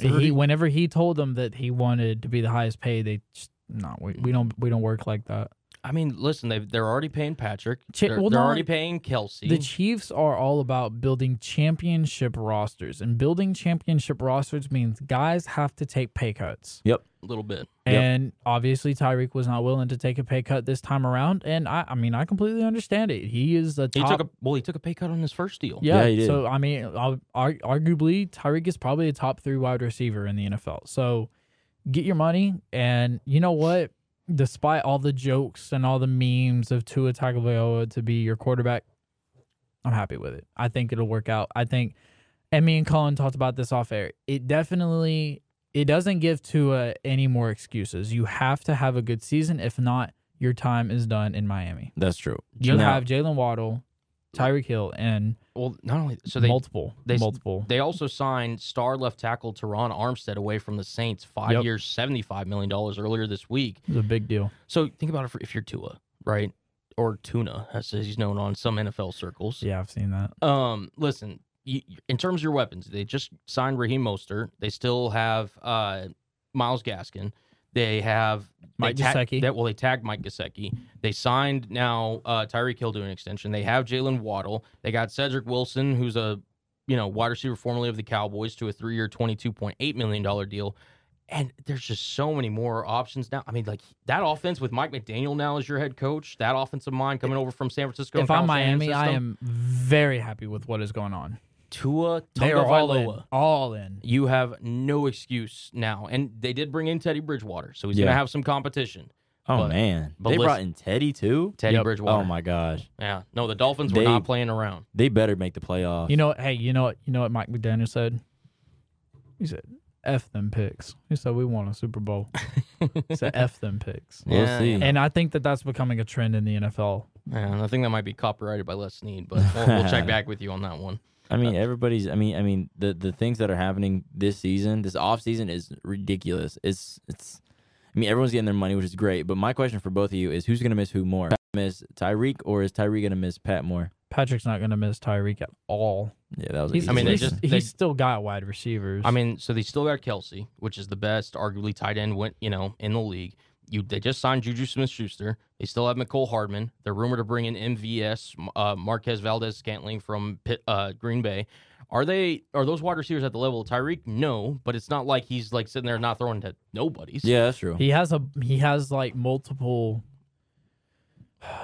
he 30 whenever he told them that he wanted to be the highest paid, they just no, we, we don't we don't work like that. I mean, listen, they they're already paying Patrick. Chi- they're well, they're not already like- paying Kelsey. The Chiefs are all about building championship rosters, and building championship rosters means guys have to take pay cuts. a little bit. Yep. And obviously, Tyreek was not willing to take a pay cut this time around. And I, I mean, I completely understand it. He is a He top. took a well, he took a pay cut on his first deal. yeah, Yeah, he did. so I mean, ar- ar- arguably, Tyreek is probably a top three wide receiver in the NFL. So get your money, and you know what? Despite all the jokes and all the memes of Tua Tagovailoa to be your quarterback, I'm happy with it. I think it'll work out. I think, and me and Colin talked about this off air. It definitely it doesn't give Tua any more excuses. You have to have a good season. If not, your time is done in Miami. that's true. You Now- have Jalen Waddle, Tyreek Hill, and Well, not only so they multiple, they s- multiple. they also signed star left tackle Teron Armstead away from the Saints, five Yep. years, seventy five million dollars earlier this week. It's a big deal. So think about it for, if you're Tua, right, or Tuna, as he's known on some NFL circles. Yeah, I've seen that. Um, listen, you, you- in terms of your weapons, they just signed Raheem Mostert. They still have uh, Miles Gaskin. They have they Mike tag- Gesicki. That well, they tagged Mike Gesicki. They signed now uh, Tyreek Hill to an extension. They have Jalen Waddle. They got Cedric Wilson, who's a you know wide receiver formerly of the Cowboys, to a three-year, twenty-two point eight million dollar deal. And there's just so many more options now. I mean, like that offense with Mike McDaniel now as your head coach, that offensive mind coming over from San Francisco. and if I'm Kyle Shanahan's Miami, I system. am very happy with what is going on. Tua They are all in. Tagovailoa. All in. You have no excuse now, and they did bring in Teddy Bridgewater, so he's Yeah. gonna have some competition. Oh But- man, but they listen- brought in Teddy too. Teddy Yep. Bridgewater. Oh my gosh, Yeah. No, the Dolphins were They- not playing around. they better make the playoffs. You know what? Hey, you know what? You know what Mike McDaniel said? He said, "F them picks." He said, "We won a Super Bowl." he said, "F them picks." we'll Yeah, see. yeah. And I think that that's becoming a trend in the NFL. Yeah, I think that might be copyrighted by Les Snead, but we'll, we'll check back with you on that one. I mean, everybody's. I mean, I mean, the the things that are happening this season, this off season, is ridiculous. It's it's. I mean, everyone's getting their money, which is great. But my question for both of you is, who's gonna miss who more? Miss Tyreek or is Tyreek gonna miss Pat more? Patrick's not going to miss Tyreek at all. Yeah, that was. He's, I mean, they he's, just- they- he's still got wide receivers. I mean, so they still got Kelsey, which is the best, arguably tight end, went you know in the league. You they just signed Juju Smith Schuster. They still have Nicole Hardman. They're rumored to bring in MVS uh, Marquez Valdez Scantling from Pitt, uh, Green Bay. Are they are those wide receivers at the level of Tyreek? No, but it's not like he's like sitting there not throwing to nobody's. yeah, that's true. He has a he has like multiple.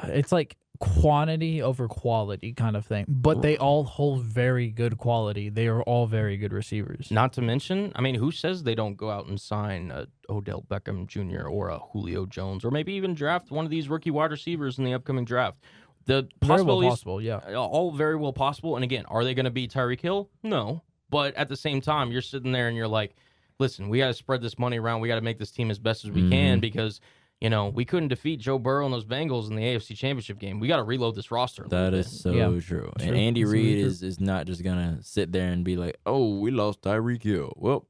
It's like quantity over quality kind of thing, but they all hold very good quality. They are all very good receivers. Not to mention, I mean, who says they don't go out and sign a Odell Beckham Jr. or a Julio Jones, or maybe even draft one of these rookie wide receivers in the upcoming draft? The Very well possibilities possible, yeah. uh, all very well possible. And again, are they going to be Tyreek Hill? No. But at the same time, you're sitting there and you're like, listen, we got to spread this money around. We got to make this team as best as we can because, you know, we couldn't defeat Joe Burrow and those Bengals in the AFC Championship game. We got to reload this roster. a little That bit. is so Yeah. true. True. And Andy That's really Reid true. is is not just gonna sit there and be like, "Oh, we lost Tyreek Hill. Well,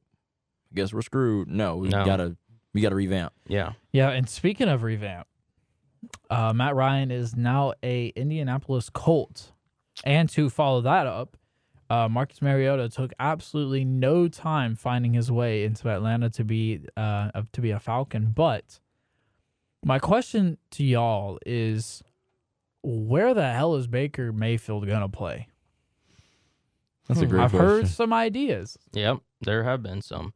I guess we're screwed." No, we No. gotta we gotta revamp. Yeah. Yeah, and speaking of revamp, uh, Matt Ryan is now a Indianapolis Colt, and to follow that up, uh, Marcus Mariota took absolutely no time finding his way into Atlanta to be uh, of- to be a Falcon. But my question to y'all is, where the hell is Baker Mayfield gonna play? That's a Hmm. I've heard some ideas. Yep, there have been some.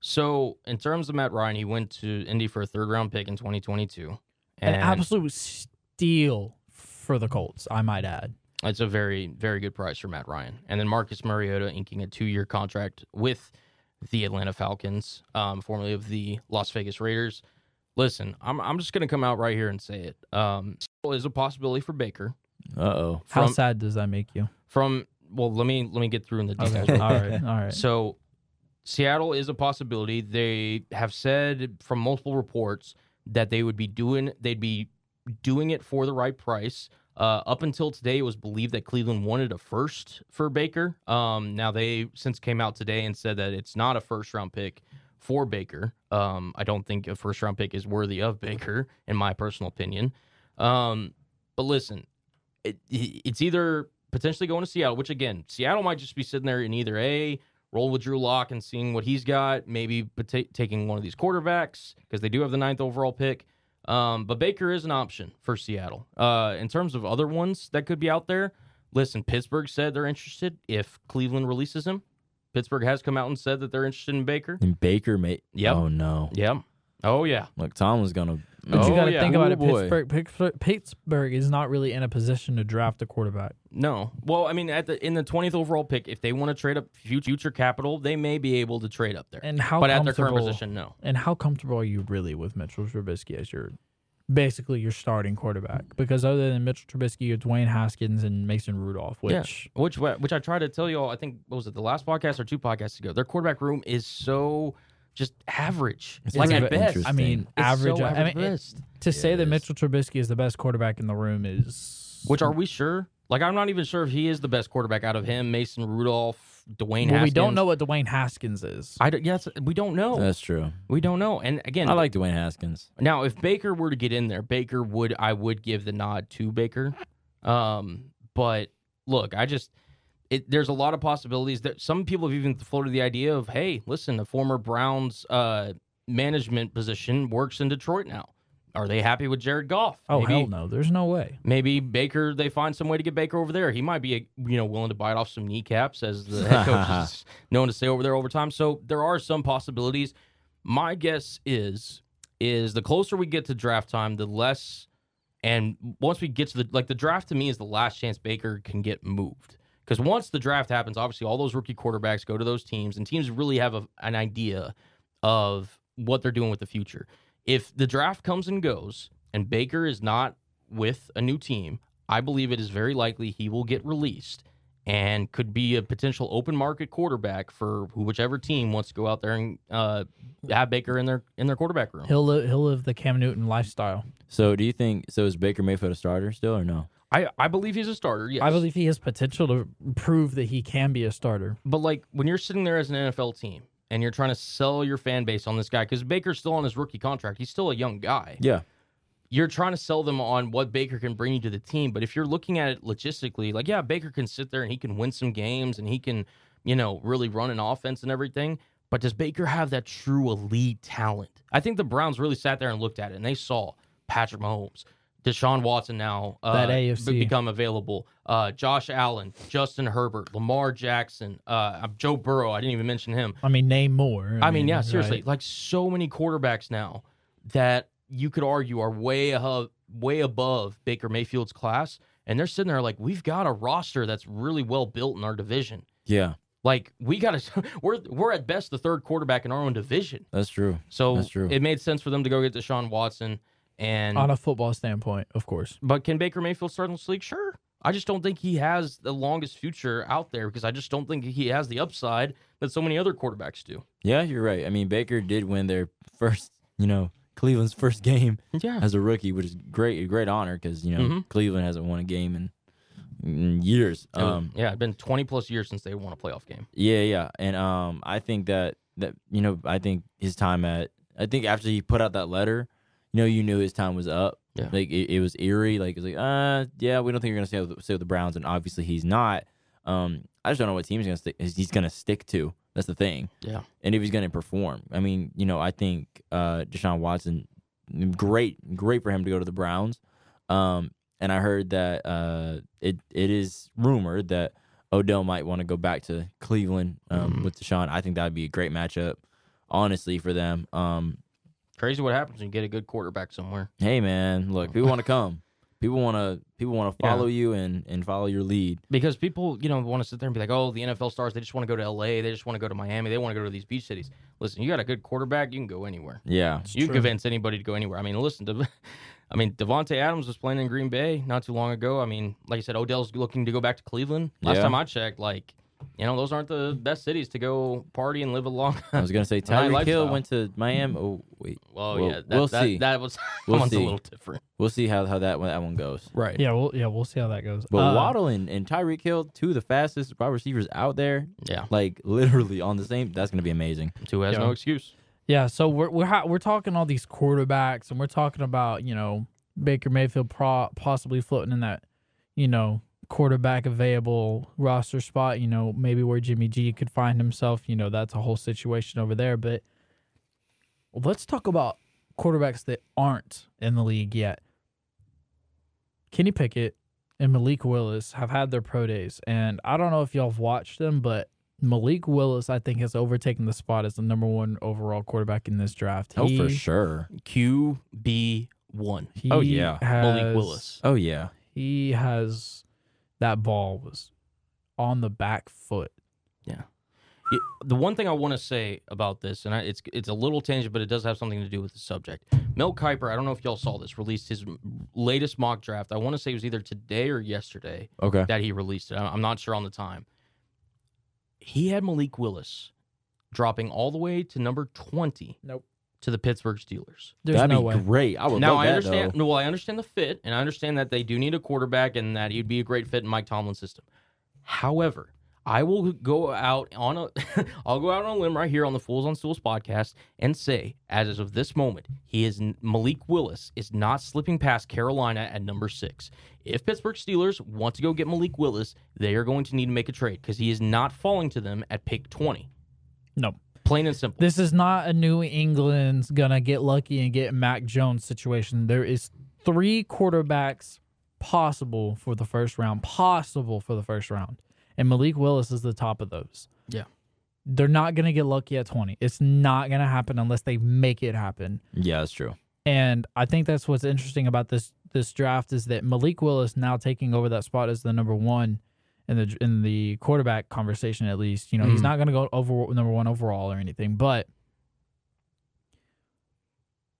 So in terms of Matt Ryan, he went to Indy for a third round pick in 2022. An absolute steal for the Colts, I might add. It's a very, very good price for Matt Ryan. And then Marcus Mariota inking a two year contract with the Atlanta Falcons, um, formerly of the Las Vegas Raiders. Listen, I'm, I'm just going to come out right here and say it. Um, is a possibility for Baker Uh oh. How From- sad does that make you? from, well, let me, let me get through in the details. Okay. all right. All right. So Seattle is a possibility. They have said from multiple reports that they would be doing they'd be doing it for the right price. Uh, up until today, it was believed that Cleveland wanted a first for Baker. Um, now they since came out today and said that it's not a first round pick for Baker. Um, I don't think a first round pick is worthy of Baker, in my personal opinion. Um, but listen, it, it's either potentially going to Seattle, which again, Seattle might just be sitting there in either a roll with Drew Lock and seeing what he's got, maybe pota- taking one of these quarterbacks because they do have the ninth overall pick. Um, but Baker is an option for Seattle. Uh, in terms of other ones that could be out there, listen, Pittsburgh said they're interested if Cleveland releases him. Pittsburgh has come out and said that they're interested in Baker. And Baker made. Yep. Oh no. Yeah. Oh yeah. Look, Tom was gonna. But you Oh, got to yeah. think about Ooh, it. boy. Pittsburgh, Pittsburgh, Pittsburgh is not really in a position to draft a quarterback. No. Well, I mean, at the in the twentieth overall pick, if they want to trade up fu- future capital, they may be able to trade up there. And how but at comfortable, their current position, no. And how comfortable are you really with Mitchell Trubisky as your basically your starting quarterback? Because other than Mitchell Trubisky, you have Dwayne Haskins and Mason Rudolph, Yeah. which Which wa- which I tried to tell you all. I think what was it the last podcast or two podcasts ago? Their quarterback room is so just average. It's like not at even best, I interesting. mean, it's so average. I- I average mean, it- best. to say it that is. Mitchell Trubisky is the best quarterback in the room is which are we sure? Like I'm not even sure if he is the best quarterback out of him, Mason Rudolph, Dwayne. well, Haskins. we don't know what Dwayne Haskins is. I don't, yes, we don't know. That's true. we don't know. And again, I like Dwayne Haskins. Now, if Baker were to get in there, Baker would I would give the nod to Baker. Um, but look, I just it, there's a lot of possibilities that some people have even floated the idea of, hey, listen, the former Browns uh, management position works in Detroit now. Are they happy with Jared Goff? oh maybe, hell no, there's no way. Maybe Baker, they find some way to get Baker over there. He might be, you know, willing to bite off some kneecaps, as the head coach is known to say over there over time. So there are some possibilities. My guess is, is the closer we get to draft time, the less, and once we get to the like the draft to me is the last chance Baker can get moved. Because once the draft happens, obviously all those rookie quarterbacks go to those teams, and teams really have a, an idea of what they're doing with the future. If the draft comes and goes, and Baker is not with a new team, I believe it is very likely he will get released and could be a potential open market quarterback for who- whichever team wants to go out there and uh, have Baker in their in their quarterback room. He'll live, he'll live the Cam Newton lifestyle. So do you think? So is Baker Mayfield a starter still or no? I, I believe he's a starter. Yes, I believe he has potential to prove that he can be a starter. But like when you're sitting there as an NFL team and you're trying to sell your fan base on this guy because Baker's still on his rookie contract, he's still a young guy. Yeah. you're trying to sell them on what Baker can bring you to the team. But if you're looking at it logistically, like, yeah, Baker can sit there and he can win some games and he can, you know, really run an offense and everything. But does Baker have that true elite talent? I think the Browns really sat there and looked at it and they saw Patrick Mahomes, Deshaun Watson now uh, That AFC. be- become available, uh, Josh Allen, Justin Herbert, Lamar Jackson, uh, Joe Burrow. I didn't even mention him. I mean, name more. I mean, yeah, seriously, right? like so many quarterbacks now that you could argue are way above, way above Baker Mayfield's class, and they're sitting there like, we've got a roster that's really well built in our division. Yeah. Like we got to, we're we're at best the third quarterback in our own division. That's true. So That's true. it made sense for them to go get Deshaun Watson. And on a football standpoint, of course. but can Baker Mayfield start in this league? Sure. I just don't think he has the longest future out there because I just don't think he has the upside that so many other quarterbacks do. Yeah, you're right. I mean, Baker did win their first, you know, Cleveland's first game Yeah. as a rookie, which is great, a great honor because you know Mhm. Cleveland hasn't won a game in, in years. It was- Um, Oh, yeah, it's been 20 plus years since they won a playoff game. Yeah, yeah, and um, I think that that you know, I think his time at, I think after he put out that letter, you know, you knew his time was up. Yeah. like it, it was eerie. Like it was like, uh, yeah, we don't think you're gonna stay with, stay with the Browns, and obviously he's not. Um, I just don't know what team he's gonna stick. He's gonna stick to. That's the thing, Yeah. and if he's gonna perform. I mean, you know, I think uh, Deshaun Watson, great, great for him to go to the Browns. Um, and I heard that uh, it it is rumored that Odell might want to go back to Cleveland um, Mhm. with Deshaun. I think that would be a great matchup, honestly, for them. Um, Crazy what happens when you get a good quarterback somewhere. hey, man, look, people want to come. People want to people want to Yeah. follow you and and follow your lead. because people, you know, want to sit there and be like, "Oh, the NFL stars, they just want to go to LA, they just want to go to Miami, they want to go to these beach cities." Listen, you got a good quarterback, you can go anywhere. Yeah, you true. can convince anybody to go anywhere. I mean, listen to, I mean, Devonte Adams was playing in Green Bay not too long ago. I mean, like I said, Odell's looking to go back to Cleveland. Last Yeah. time I checked, like, you know, those aren't the best cities to go party and live a long. I was gonna say night Tyreek Hill lifestyle. went to Miami. Oh wait, well, We'll- yeah, that, we'll that, see. That was that We'll one's a see. little different, we'll see how how that one that one goes. right? Yeah, we'll yeah we'll see how that goes. But Uh, Waddle and, and Tyreek Hill, two of the fastest wide receivers out there, yeah. like literally on the same. That's gonna be amazing. Two has Yeah. no excuse. Yeah, so we're we're ha- we're talking all these quarterbacks, and we're talking about you know Baker Mayfield pro- possibly floating in that you know quarterback available roster spot. You know maybe where Jimmy G could find himself. You know that's a whole situation over there. But let's talk about quarterbacks that aren't in the league yet. Kenny Pickett and Malik Willis have had their pro days, and I don't know if y'all have watched them, but Malik Willis, I think, has overtaken the spot as the number one overall quarterback in this draft. Oh, He- for sure. QB one. He Oh, yeah. Malik has- Willis. Oh yeah. He has that ball was on the back foot. Y- the one thing I want to say about this, and I, it's it's a little tangent, but it does have something to do with the subject. Mel Kiper, I don't know if y'all saw this, released his m- latest mock draft. I want to say it was either today or yesterday Okay. that he released it. I- I'm not sure on the time. He had Malik Willis dropping all the way to number 20. Nope. To the Pittsburgh Steelers. There's That'd no be way. great. I would now love I that understand. though. no, Well, I understand the fit, and I understand that they do need a quarterback, and that he'd be a great fit in Mike Tomlin's system. However, I will go out on a, I'll go out on a limb right here on the Fools on Stools podcast and say, as of this moment, he is Malik Willis is not slipping past Carolina at number six. If Pittsburgh Steelers want to go get Malik Willis, they are going to need to make a trade because he is not falling to them at pick twenty. No. Plain and simple. This is not a New England's gonna get lucky and get Mac Jones situation. There is three quarterbacks possible for the first round, possible for the first round, and Malik Willis is the top of those. Yeah. they're not gonna get lucky at twenty. It's not gonna happen unless they make it happen. Yeah, that's true. And I think that's what's interesting about this this draft is that Malik Willis now taking over that spot as the number one in the in the quarterback conversation at least. You know, he's Mhm. not going to go over number one overall or anything, but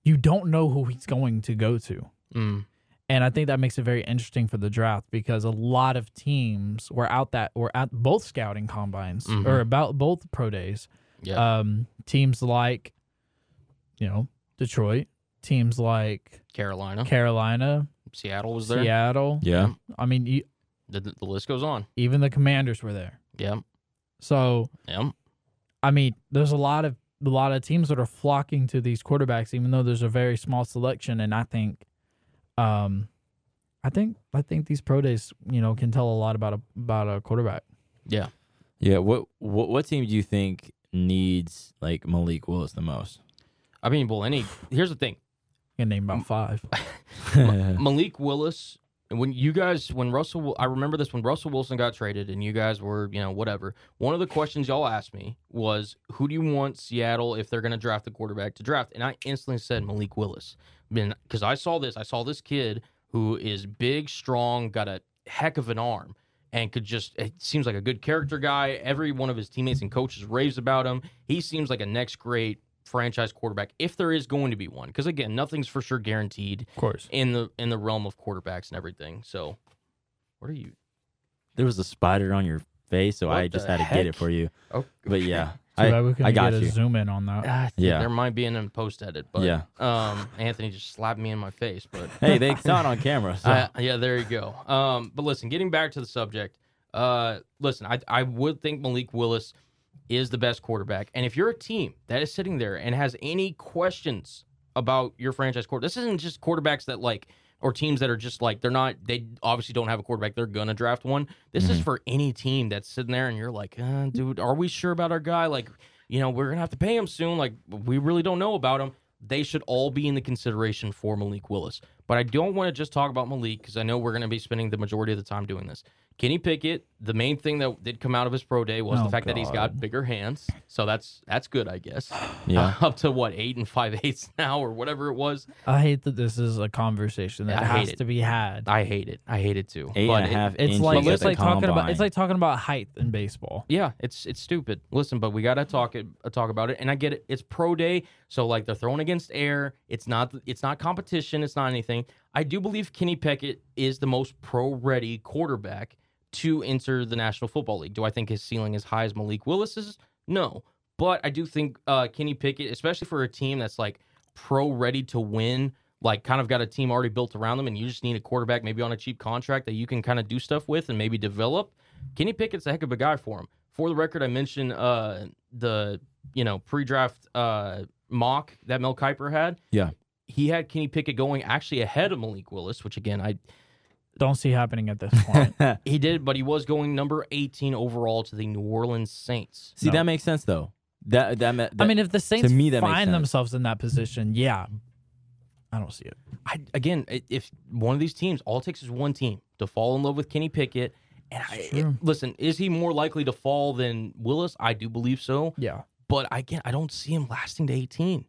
you don't know who he's going to go to. Mm. And I think that makes it very interesting for the draft because a lot of teams were out that were at both scouting combines Mhm. or about both pro days. Yeah. Um, teams like, you know, Detroit, teams like Carolina, Carolina, Seattle was there. Seattle. Uh-huh. Yeah. I mean, e- The, the the list goes on. even the Commanders were there. Yeah. So Yeah. I mean, there's a lot of a lot of teams that are flocking to these quarterbacks, even though there's a very small selection. And I think, um, I think I think these pro days, you know, can tell a lot about a about a quarterback. Yeah. Yeah. What what what team do you think needs like Malik Willis the most? I mean, well, any here's the thing: I can name Mm. about five. Malik Willis. When you guys, when Russell, Wil- I remember this when Russell Wilson got traded, and you guys were, you know, whatever. One of the questions y'all asked me was, "Who do you want Seattle if they're going to draft the quarterback to draft?" And I instantly said Malik Willis, because I saw this. I saw this kid who is big, strong, got a heck of an arm, and could just. It seems like a good character guy. Every one of his teammates and coaches raves about him. He seems like a next great franchise quarterback if there is going to be one. Because again, nothing's for sure guaranteed Of course. in the in the realm of quarterbacks and everything. So, what are you? there was a spider on your face, so What I just had the to get heck? it for you. Oh, But yeah, Too I bad we couldn't I got get a you. zoom in on that. Ah, Yeah. There might be an in post edit, but Yeah. Um, Anthony just slapped me in my face, but Hey, they saw it on camera. So. I- yeah, there you go. Um, but listen, getting back to the subject, uh, listen, I I would think Malik Willis is the best quarterback, and if you're a team that is sitting there and has any questions about your franchise quarterback, this isn't just quarterbacks that like. Or teams that are just like they're not. They obviously don't have a quarterback. They're gonna draft one. This is for any team that's sitting there and you're like, uh, dude, are we sure about our guy? Like, you know, we're gonna have to pay him soon. Like, we really don't know about him. they should all be in the consideration for Malik Willis. But I don't want to just talk about Malik because I know we're going to be spending the majority of the time doing this. Kenny Pickett, the main thing that did come out of his pro day was Oh, the fact that he's God. got bigger hands. So that's that's good, I guess. Yeah. up to what, eight and five eighths now or whatever it was. I hate that this is a conversation that I hate has it. to be had. I hate it. I hate it too. Eight but and a it- half It's inches like at it's the like talking about it's combine. like talking about height in baseball. Yeah, it's it's stupid. Listen, but we gotta talk it talk about it, and I get it. It's pro day, so like they're thrown against air. It's not it's not competition. It's not anything. I do believe Kenny Pickett is the most pro ready quarterback to enter the National Football League. Do I think his ceiling is high as Malik Willis's? No, but I do think uh, Kenny Pickett, especially for a team that's like pro ready to win, like kind of got a team already built around them, and you just need a quarterback maybe on a cheap contract that you can kind of do stuff with and maybe develop. Kenny Pickett's a heck of a guy for him. For the record, I mentioned uh, the you know pre-draft uh, mock that Mel Kiper had. Yeah. he had Kenny Pickett going actually ahead of Malik Willis, which again I Don't see happening at this point. he did, but he was going number eighteen overall to the New Orleans Saints. See, that makes sense though. That that, ma- that I mean, if the Saints me, that makes find sense. themselves in that position, yeah, I don't see it. I, again, i- if one of these teams, all it takes is one team to fall in love with Kenny Pickett. And I, Sure. it- listen, is he more likely to fall than Willis? I do believe so, Yeah, but I can't. I don't see him lasting to eighteen.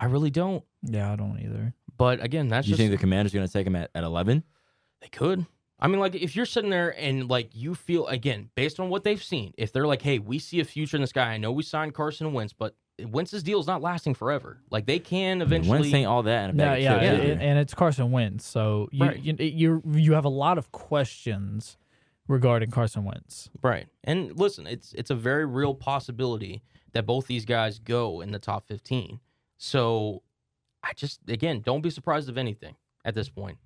I really don't. yeah, I don't either. But again, that's you just think the commander's going to take him at at eleven? They could. I mean, like, if you're sitting there and, like, you feel, again, based on what they've seen, if they're like, hey, we see a future in this guy, I know we signed Carson Wentz, but Wentz's deal is not lasting forever. Like, they can eventually. Wentz ain't all that. In a Yeah, bag yeah, of and- chips and, and it's Carson Wentz, so you, Right. you you you have a lot of questions regarding Carson Wentz. Right. And listen, it's it's a very real possibility that both these guys go in the top 15. So I just again, don't be surprised of anything at this point.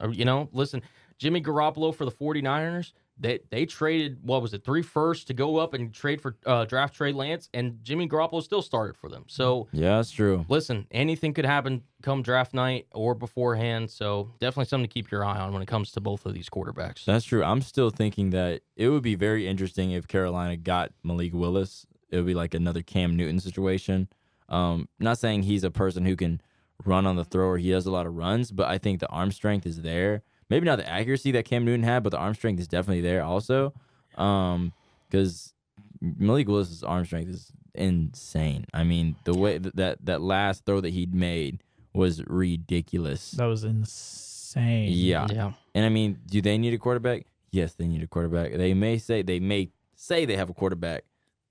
Uh, You know, listen, Jimmy Garoppolo for the 49ers, they they traded what was it? 3 firsts to go up and trade for uh, draft trade Lance and Jimmy Garoppolo still started for them. So yeah, that's true. listen, anything could happen come draft night or beforehand, so definitely something to keep your eye on when it comes to both of these quarterbacks. That's true. I'm still thinking that it would be very interesting if Carolina got Malik Willis. It would be like another Cam Newton situation. Um, not saying he's a person who can run on the thrower. He does a lot of runs, but I think the arm strength is there. Maybe not the accuracy that Cam Newton had, but the arm strength is definitely there also. Um, because Malik Willis's arm strength is insane. I mean, the way that that, that last throw that he'd made was ridiculous. That was insane. Yeah. Yeah. And I mean, do they need a quarterback? Yes, they need a quarterback. They may say they may say they have a quarterback,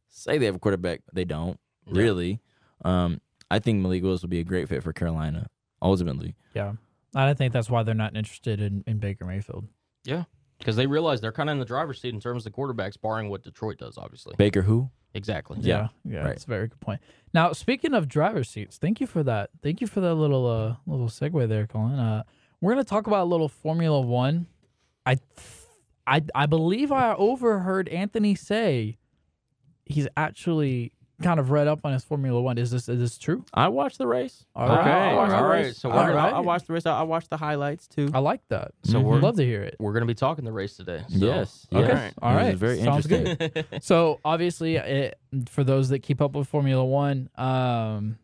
say they have a quarterback, but they don't Yeah. really. Um, I think Malik Willis would be a great fit for Carolina. Ultimately, yeah. I think that's why they're not interested in, in Baker Mayfield. because they realize they're kind of in the driver's seat in terms of the quarterbacks, barring what Detroit does, obviously. Baker who? Exactly. Yeah, Yeah, yeah, right. that's a very good point. Now, speaking of driver seats, thank you for that. Thank you for that little uh little segue there, Colin. Uh, we're gonna talk about a little Formula One. I, th- I, I believe I overheard Anthony say he's actually kind of read up on his Formula One. Is this is this true? I watched the race. All Okay, I watched the all right, race. so I- we're gonna- I, I watched the race. I, I watched the highlights too. I like that. So Mhm. we're- love to hear it. We're going to be talking the race today. so- yes. All yes. right. All It right. was very Sounds interesting. good. So obviously, it, for those that keep up with Formula One, um,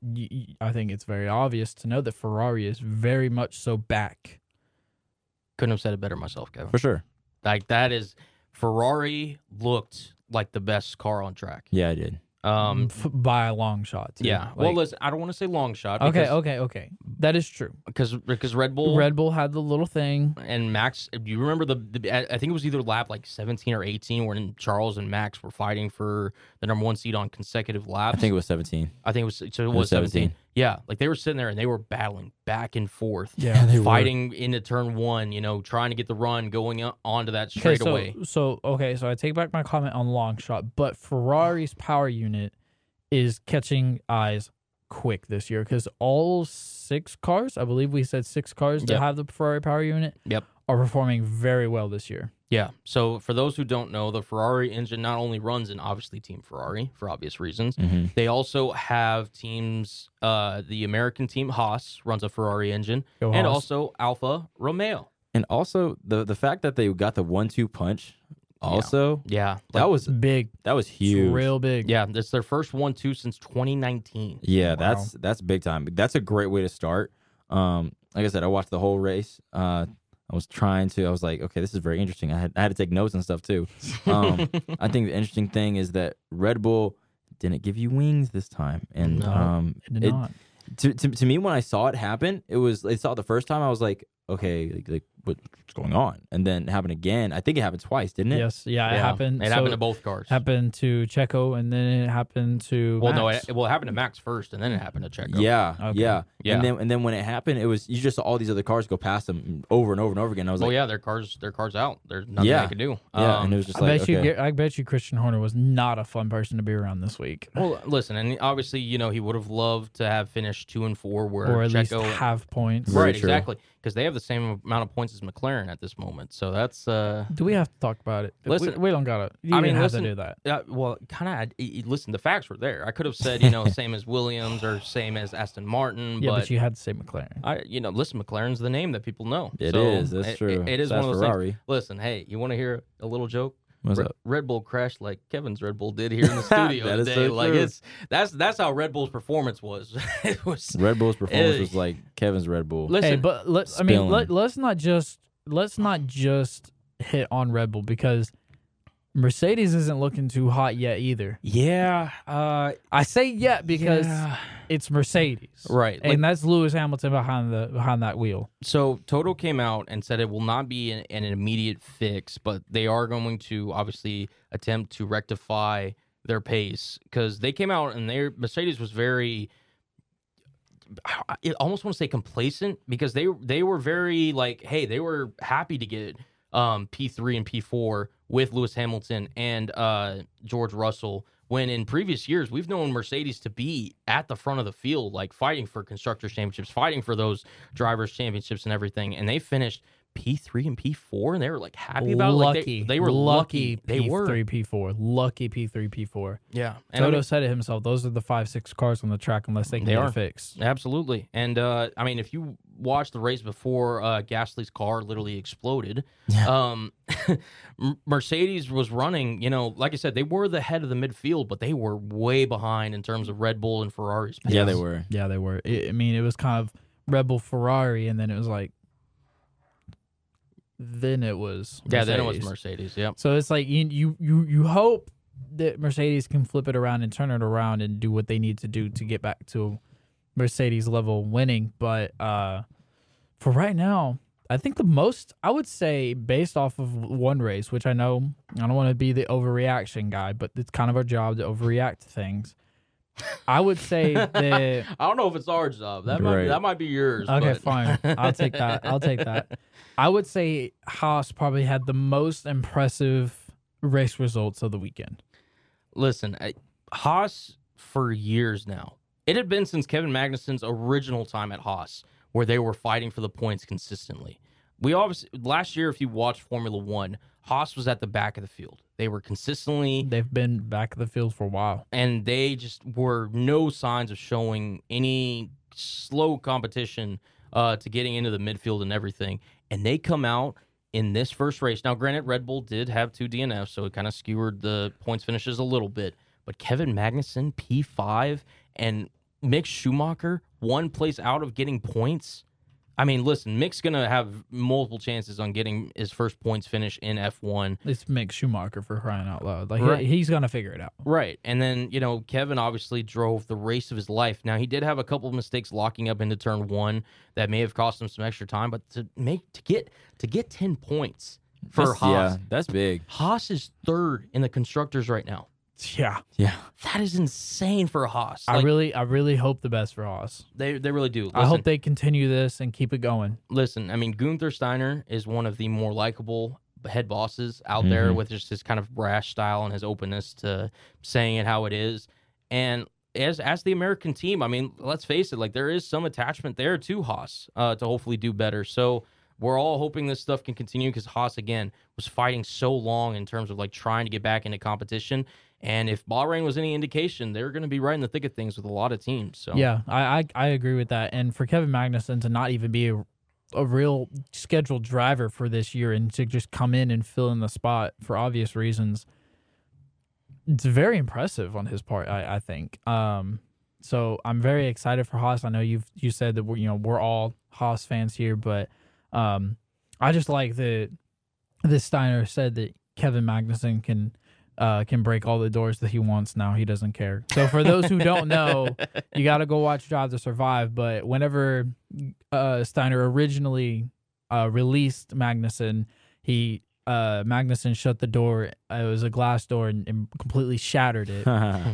y- y- I think it's very obvious to know that Ferrari is very much so back. Couldn't have said it better myself, Kevin. for sure. Like, that is Ferrari looked like the best car on track. Yeah, I did. Um, f- by a long shot. Too. yeah. Mm. well, Like- listen, I don't want to say long shot. okay, Because, okay, okay. That is true. Because, because Red Bull Red Bull had the little thing. and Max, do you remember the, the, I I think it was either lap like 17 or 18 when Charles and Max were fighting for the number one seed on consecutive I laps? think it was 17. I think it was so it was, was 17. 17. Yeah, like they were sitting there and they were battling back and forth. Yeah, they were. fighting into turn one. You know, trying to get the run going o- onto that Okay, straightaway. so so okay, so I take back my comment on long shot, but Ferrari's power unit is catching eyes quick this year because all six cars, I believe we said six cars that Yep. have the Ferrari power unit, Yep. are performing very well this year. Yeah. So for those who don't know, the Ferrari engine not only runs in obviously Team Ferrari for obvious reasons, Mhm. they also have teams. Uh, the American team Haas runs a Ferrari engine, Go and Haas. also Alfa Romeo. And also the the fact that they got the one two punch Also, Yeah, like, that was Big. that was It's huge. real big. yeah. That's their first one-two since 2019. Yeah, that's that's big time. That's a great way to start. Um, like I said, I watched the whole race. Uh, I was trying to. I was like, okay, this is very interesting. I had I had to take notes and stuff too. Um, I think the interesting thing is that Red Bull didn't give you wings this time, and No, um, It did it- not. to, to to me when I saw it happen, it was I saw it the first time. I was like, okay, like, like what, what's going on? And then it happened again. I think it happened twice, didn't it? Yes. Yeah, it Yeah, happened. It so happened to both cars. happened to Checo, and then it happened to. well, no, Max. it, well, it happened to Max first, and then it happened to Checo. Yeah, Okay. yeah, Yeah. And then and then when it happened, it was you just saw all these other cars go past them over and over and over again. I was Oh like, yeah, their cars, their cars out. There's nothing Yeah. they can do. yeah, Um, and it was just I like, bet you. okay. Gar- I bet you Christian Horner was not a fun person to be around this week, Well, listen, and obviously, you know, he would have loved to have finished two and four, where or at least Checo, have points. Very right, true. exactly, because they have the same amount of points as McLaren at this moment. So that's, uh, Do we have to talk about it? We- Listen- we, don't gotta. You I didn't mean, have listen- to do that. uh well, kind of. Listen, the facts were there. I could have said, you know, same as Williams or same as Aston Martin, Yeah, but, but, you had to say McLaren. I, you know, listen, McLaren's the name that people know. It It is. is, that's true. it is That's one of those Ferrari. things. Listen, hey, you want to hear a little joke? What's Re- up? Red Bull crashed like Kevin's Red Bull did here in the studio That is today. so like true. it's that's that's how Red Bull's performance was. it was Red Bull's performance Eh. was like Kevin's Red Bull. listen, hey, but let I mean spilling. let let's not just let's not just hit on Red Bull because Mercedes isn't looking too hot yet either. yeah, uh, I say yet because it's Mercedes, right. Like, And that's Lewis Hamilton behind the behind that wheel. so Toto came out and said it will not be an, an immediate fix, but they are going to obviously attempt to rectify their pace because they came out and their Mercedes was very. I I almost want to say complacent because they they were very like hey they were happy to get um, P three and P four with Lewis Hamilton and uh, George Russell when in previous years we've known Mercedes to be at the front of the field like fighting for constructors championships fighting for those drivers championships and everything and they finished P three and P four and they were like happy about it. Like, they- lucky. they, were lucky, they P3, were P4. Lucky P3, P4. yeah and I Toto mean- said it himself. Those are the five, six cars on the track unless they can They get are. it fixed. Absolutely. And uh, I mean, if you watch the race before uh, Gasly's car literally exploded, um, M- Mercedes was running, you know, like I said, they were the head of the midfield, but they were way behind in terms of Red Bull and Ferrari's. yeah, they pace. were. Yeah, they were. It, I mean, it was kind of Rebel Ferrari, and then it was like, then it was. Yeah, then it was Mercedes. Yep. So it's like you you you you hope that Mercedes can flip it around and turn it around and do what they need to do to get back to Mercedes level winning. But uh, for right now, I think the most I would say based off of one race, which I know I don't want to be the overreaction guy, but it's kind of our job to overreact to things. I would say that. I don't know if it's our job. That might Right. be, that might be yours. Okay, but- fine. I'll take that. I'll take that. I would say Haas probably had the most impressive race results of the weekend. Listen, I, Haas for years now. It had been since Kevin Magnuson's original time at Haas where they were fighting for the points consistently. We obviously last year, if you watched Formula One, Haas was at the back of the field. They were consistently They've been back of the field for a while. and they just were no signs of showing any slow competition uh, to getting into the midfield and everything. And they come out in this first race. Now, granted, Red Bull did have two DNFs, so it kind of skewered the points finishes a little bit. But Kevin Magnussen, P5, and Mick Schumacher, one place out of getting points. I mean, listen, Mick's going to have multiple chances on getting his first points finish in F1. It's Mick Schumacher for crying out loud. Like Right. he, he's gonna figure it out. Right. And then, you know, Kevin obviously drove the race of his life. Now, he did have a couple of mistakes locking up into turn 1 that may have cost him some extra time, but to make to get to get 10 points for That's- Haas. yeah, that's big. Haas is third in the constructors right now. Yeah, Yeah, That is insane for Haas. I Like, really, I really hope the best for Haas. they they really do. I Listen, hope they continue this and keep it going. listen, I mean, Gunther Steiner is one of the more likable head bosses out there with just his kind of brash style and his openness to saying it how it is. And as as the American team, I mean, let's face it, like there is some attachment there to Haas uh, to hopefully do better. So we're all hoping this stuff can continue because Haas again was fighting so long in terms of like trying to get back into competition. And if Bahrain was any indication, they're going to be right in the thick of things with a lot of teams. So Yeah, I, I, I agree with that. And for Kevin Magnussen to not even be a real scheduled driver for this year and to just come in and fill in the spot for obvious reasons. It's very impressive on his part, I, I think. Um, so I'm very excited for Haas. I know you've you said that we're you know we're all Haas fans here, but um, I just like that this Steiner said that Kevin Magnuson can uh, can break all the doors that he wants now. He doesn't care. So for those who don't know, you got to go watch Drive to Survive. But whenever uh, Steiner originally uh, released Magnuson, he uh, Magnuson shut the door. uh, It was a glass door and, and completely shattered it.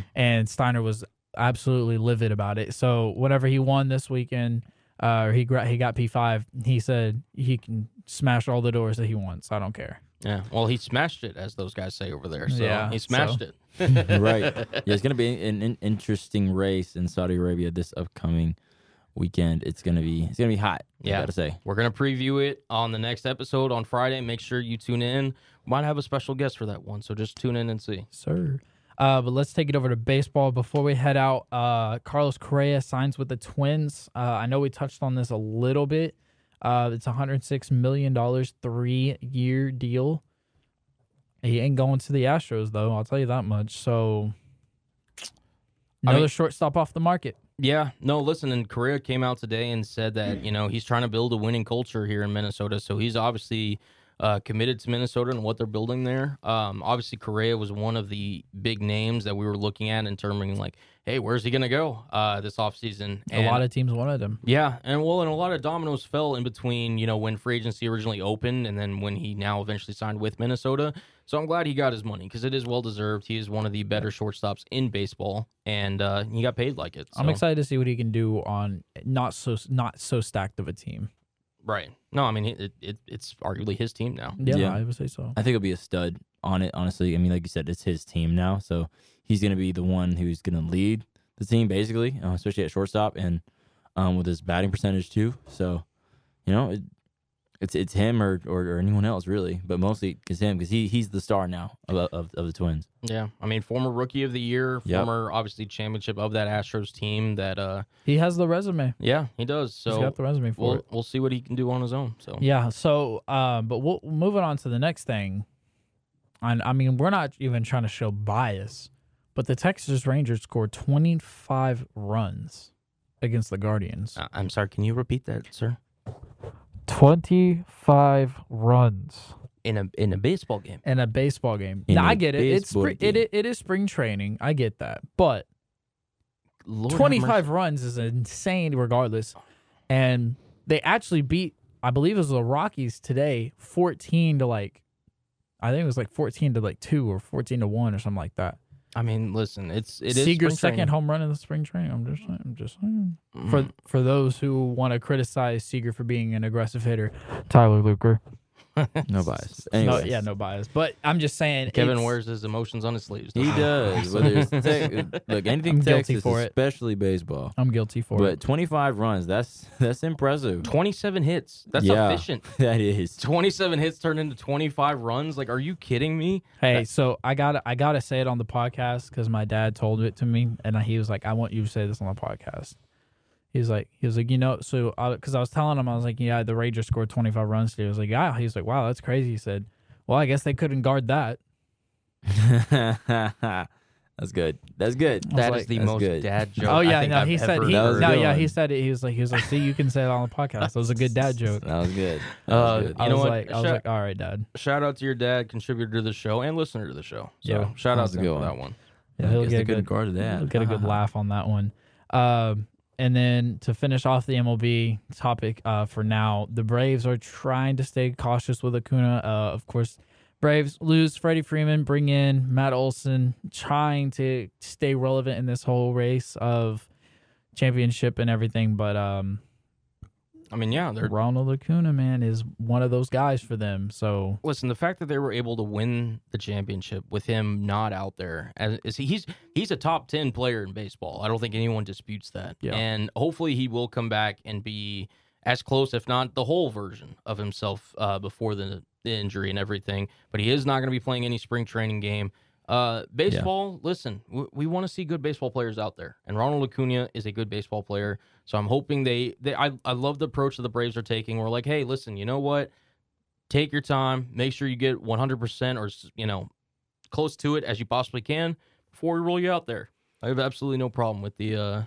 and Steiner was absolutely livid about it. So whenever he won this weekend, uh, or he gra- he got P five. He said he can smash all the doors that he wants. I don't care. Yeah. Well, he smashed it, as those guys say over there. So Yeah, he smashed so- it. right. Yeah, it's going to be an, an interesting race in Saudi Arabia this upcoming weekend. It's going to be it's going to be hot. Yeah. I got to say. We're gonna preview it on the next episode on Friday. Make sure you tune in. Might have a special guest for that one, so just tune in and see. sir. Uh, but let's take it over to baseball before we head out. Uh, Carlos Correa signs with the Twins. Uh, I know we touched on this a little bit. Uh, it's 106 million dollars, three year deal. He ain't going to the Astros though. I'll tell you that much. So I another mean- shortstop off the market. Yeah, no, listen, and Correa came out today and said that, you know, he's trying to build a winning culture here in Minnesota. So he's obviously uh, committed to Minnesota and what they're building there. Um, obviously, Correa was one of the big names that we were looking at in terms of like, hey, where's he going to go uh, this offseason? a And- lot of teams wanted him. Yeah, and well, and a lot of dominoes fell in between, you know, when free agency originally opened and then when he now eventually signed with Minnesota. So I'm glad he got his money because it is well deserved. He is one of the better shortstops in baseball, and uh, he got paid like it. I'm so- excited to see what he can do on not so not so stacked of a team. Right. No, I mean, it, it, it's arguably his team now. Yeah, Yeah. I would say so. I think he'll be a stud on it, honestly. I mean, like you said, it's his team now. So he's going to be the one who's going to lead the team, basically, uh, especially at shortstop and um, with his batting percentage, too. So, you know, it, it's it's him or, or, or anyone else, really, but mostly it's him because he, he's the star now of, of, of the Twins. Yeah. I mean, former rookie of the year, Yep. former, obviously, championship of that Astros team that, uh, He has the resume. yeah, he does. He's So got the resume for it. we'll, we'll see what he can do on his own. So, Yeah. So, um, but we'll moving on to the next thing. And I mean, we're not even trying to show bias, but the Texas Rangers scored 25 runs against the Guardians. Uh, I- Uh, I'm sorry. Can you repeat that, sir? 25 runs In a, in a baseball game. in a baseball game. In now a I get it. It's baseball spring, it, game. it it is spring training. I get that, but Lord have 25 runs is insane, regardless. And they actually beat, I believe it was the Rockies today, 14 to like, I think it was like 14 to like two or 14 to one or something like that. I mean, listen, it's it is Seager's spring second training. Mm. home run in the spring training. I'm just, saying- I'm just saying. For For for those who want to criticize Seager for being an aggressive hitter, Tyler Luker. No bias. No, Anyways. yeah, no bias. But I'm just saying, Kevin it's- wears his emotions on his sleeves. He doesn't does. Whether it's tech look, anything I'm guilty Texas, for it. especially baseball. I'm guilty for But it. 25 runs, that's that's impressive. 27 hits. That's Yeah. efficient. That is. 27 hits turned into 25 runs. Like, are you kidding me? Hey, so I got to I got to say it on the podcast because my dad told it to me, and he was like, "I want you to say this on the podcast." He was like, he was like, you know, so because I was telling him, I was like, yeah, the Rangers scored 25 runs today. He was like, yeah. He was like, wow, that's crazy. He said, well, I guess they couldn't guard that. that's good. That's good. That is like, the that's most good. dad joke. oh yeah, I think no, I've he said ever he, That was no, a good yeah, he one. said it. He was like, he was like, see, you can say that on the podcast. That was a good dad joke. That was good. That Uh, was good. You I know was what? like, I was Shut- like, all right, dad. Shout out to your dad, contributor to the show and listener to the show. So Yeah, shout that out was to a him good for that one. one. Yeah, I he'll guess get they a couldn't good, guard Uh-huh. that. We'll get a good laugh on that one. Um, and then to finish off the MLB topic uh, for now, the Braves are trying to stay cautious with Acuna. Uh, of course, Braves lose Freddie Freeman, bring in Matt Olson, trying to stay relevant in this whole race of championship and everything. But um, I mean, yeah, they're Ronald Acuna, man, is one of those guys for them. So listen. The fact that they were able to win the championship with him not out there, as is he, he's he's a top ten player in baseball. I don't think anyone disputes that. Yeah. And hopefully, he will come back and be as close, if not the whole version of himself uh, before the, the injury and everything. But he is not going to be playing any spring training game. Uh, baseball. Listen, we, we want to see good baseball players out there, and Ronald Acuna is a good baseball player. So I'm hoping they. they I I love the approach that the Braves are taking. We're like, hey, listen, you know what? Take your time. Make sure you get 100 percent, or you know, close to it as you possibly can before we roll you out there. I have absolutely no problem with the uh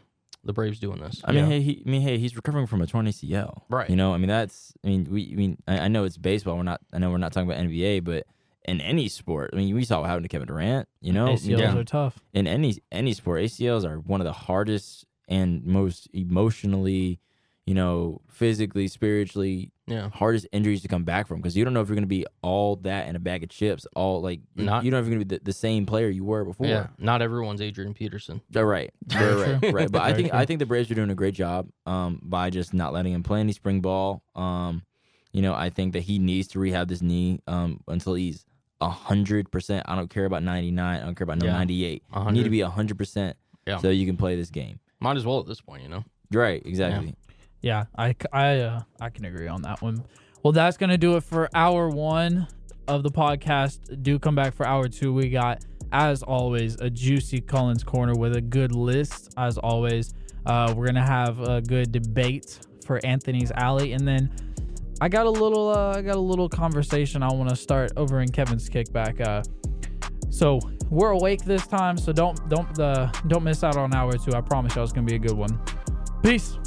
the Braves doing this. I mean, Yeah. hey, he, I mean, hey, he's recovering from a torn ACL, Right. You know, I mean, that's, I mean, we, I mean, I, I know it's baseball. We're not, I know we're not talking about NBA, but in any sport, I mean, we saw what happened to Kevin Durant. You know, ACLs Yeah. are tough. in any any sport, ACLs are one of the hardest and most emotionally, you know, physically, spiritually Yeah. hardest injuries to come back from because you don't know if you're going to be all that in a bag of chips, all like you- Not- you don't know if you're going to be the, the same player you were before. Yeah. Not everyone's Adrian Peterson. They're right. They're Very right. true. Right. But I Very think true. I think the Braves are doing a great job um, by just not letting him play any spring ball. Um, you know, I think that he needs to rehab this knee um, until he's hundred percent. I don't care about ninety nine. I don't care about no Yeah. ninety eight. A You need to hundred. be hundred percent Yeah. so you can play this game. Might as well at this point, you know. Right. Exactly. Yeah, I, c- I, uh, I can agree on that one. Well, that's going to do it for hour one of the podcast. Do come back for hour two. We got, as always, a juicy Collins corner with a good list. As always, uh, we're going to have a good debate for Anthony's Alley. And then I got a little, uh, I got a little conversation I want to start over in Kevin's kickback. Uh, so we're awake this time, so don't don't uh, don't miss out on hour two. I promise you, it's gonna be a good one. Peace.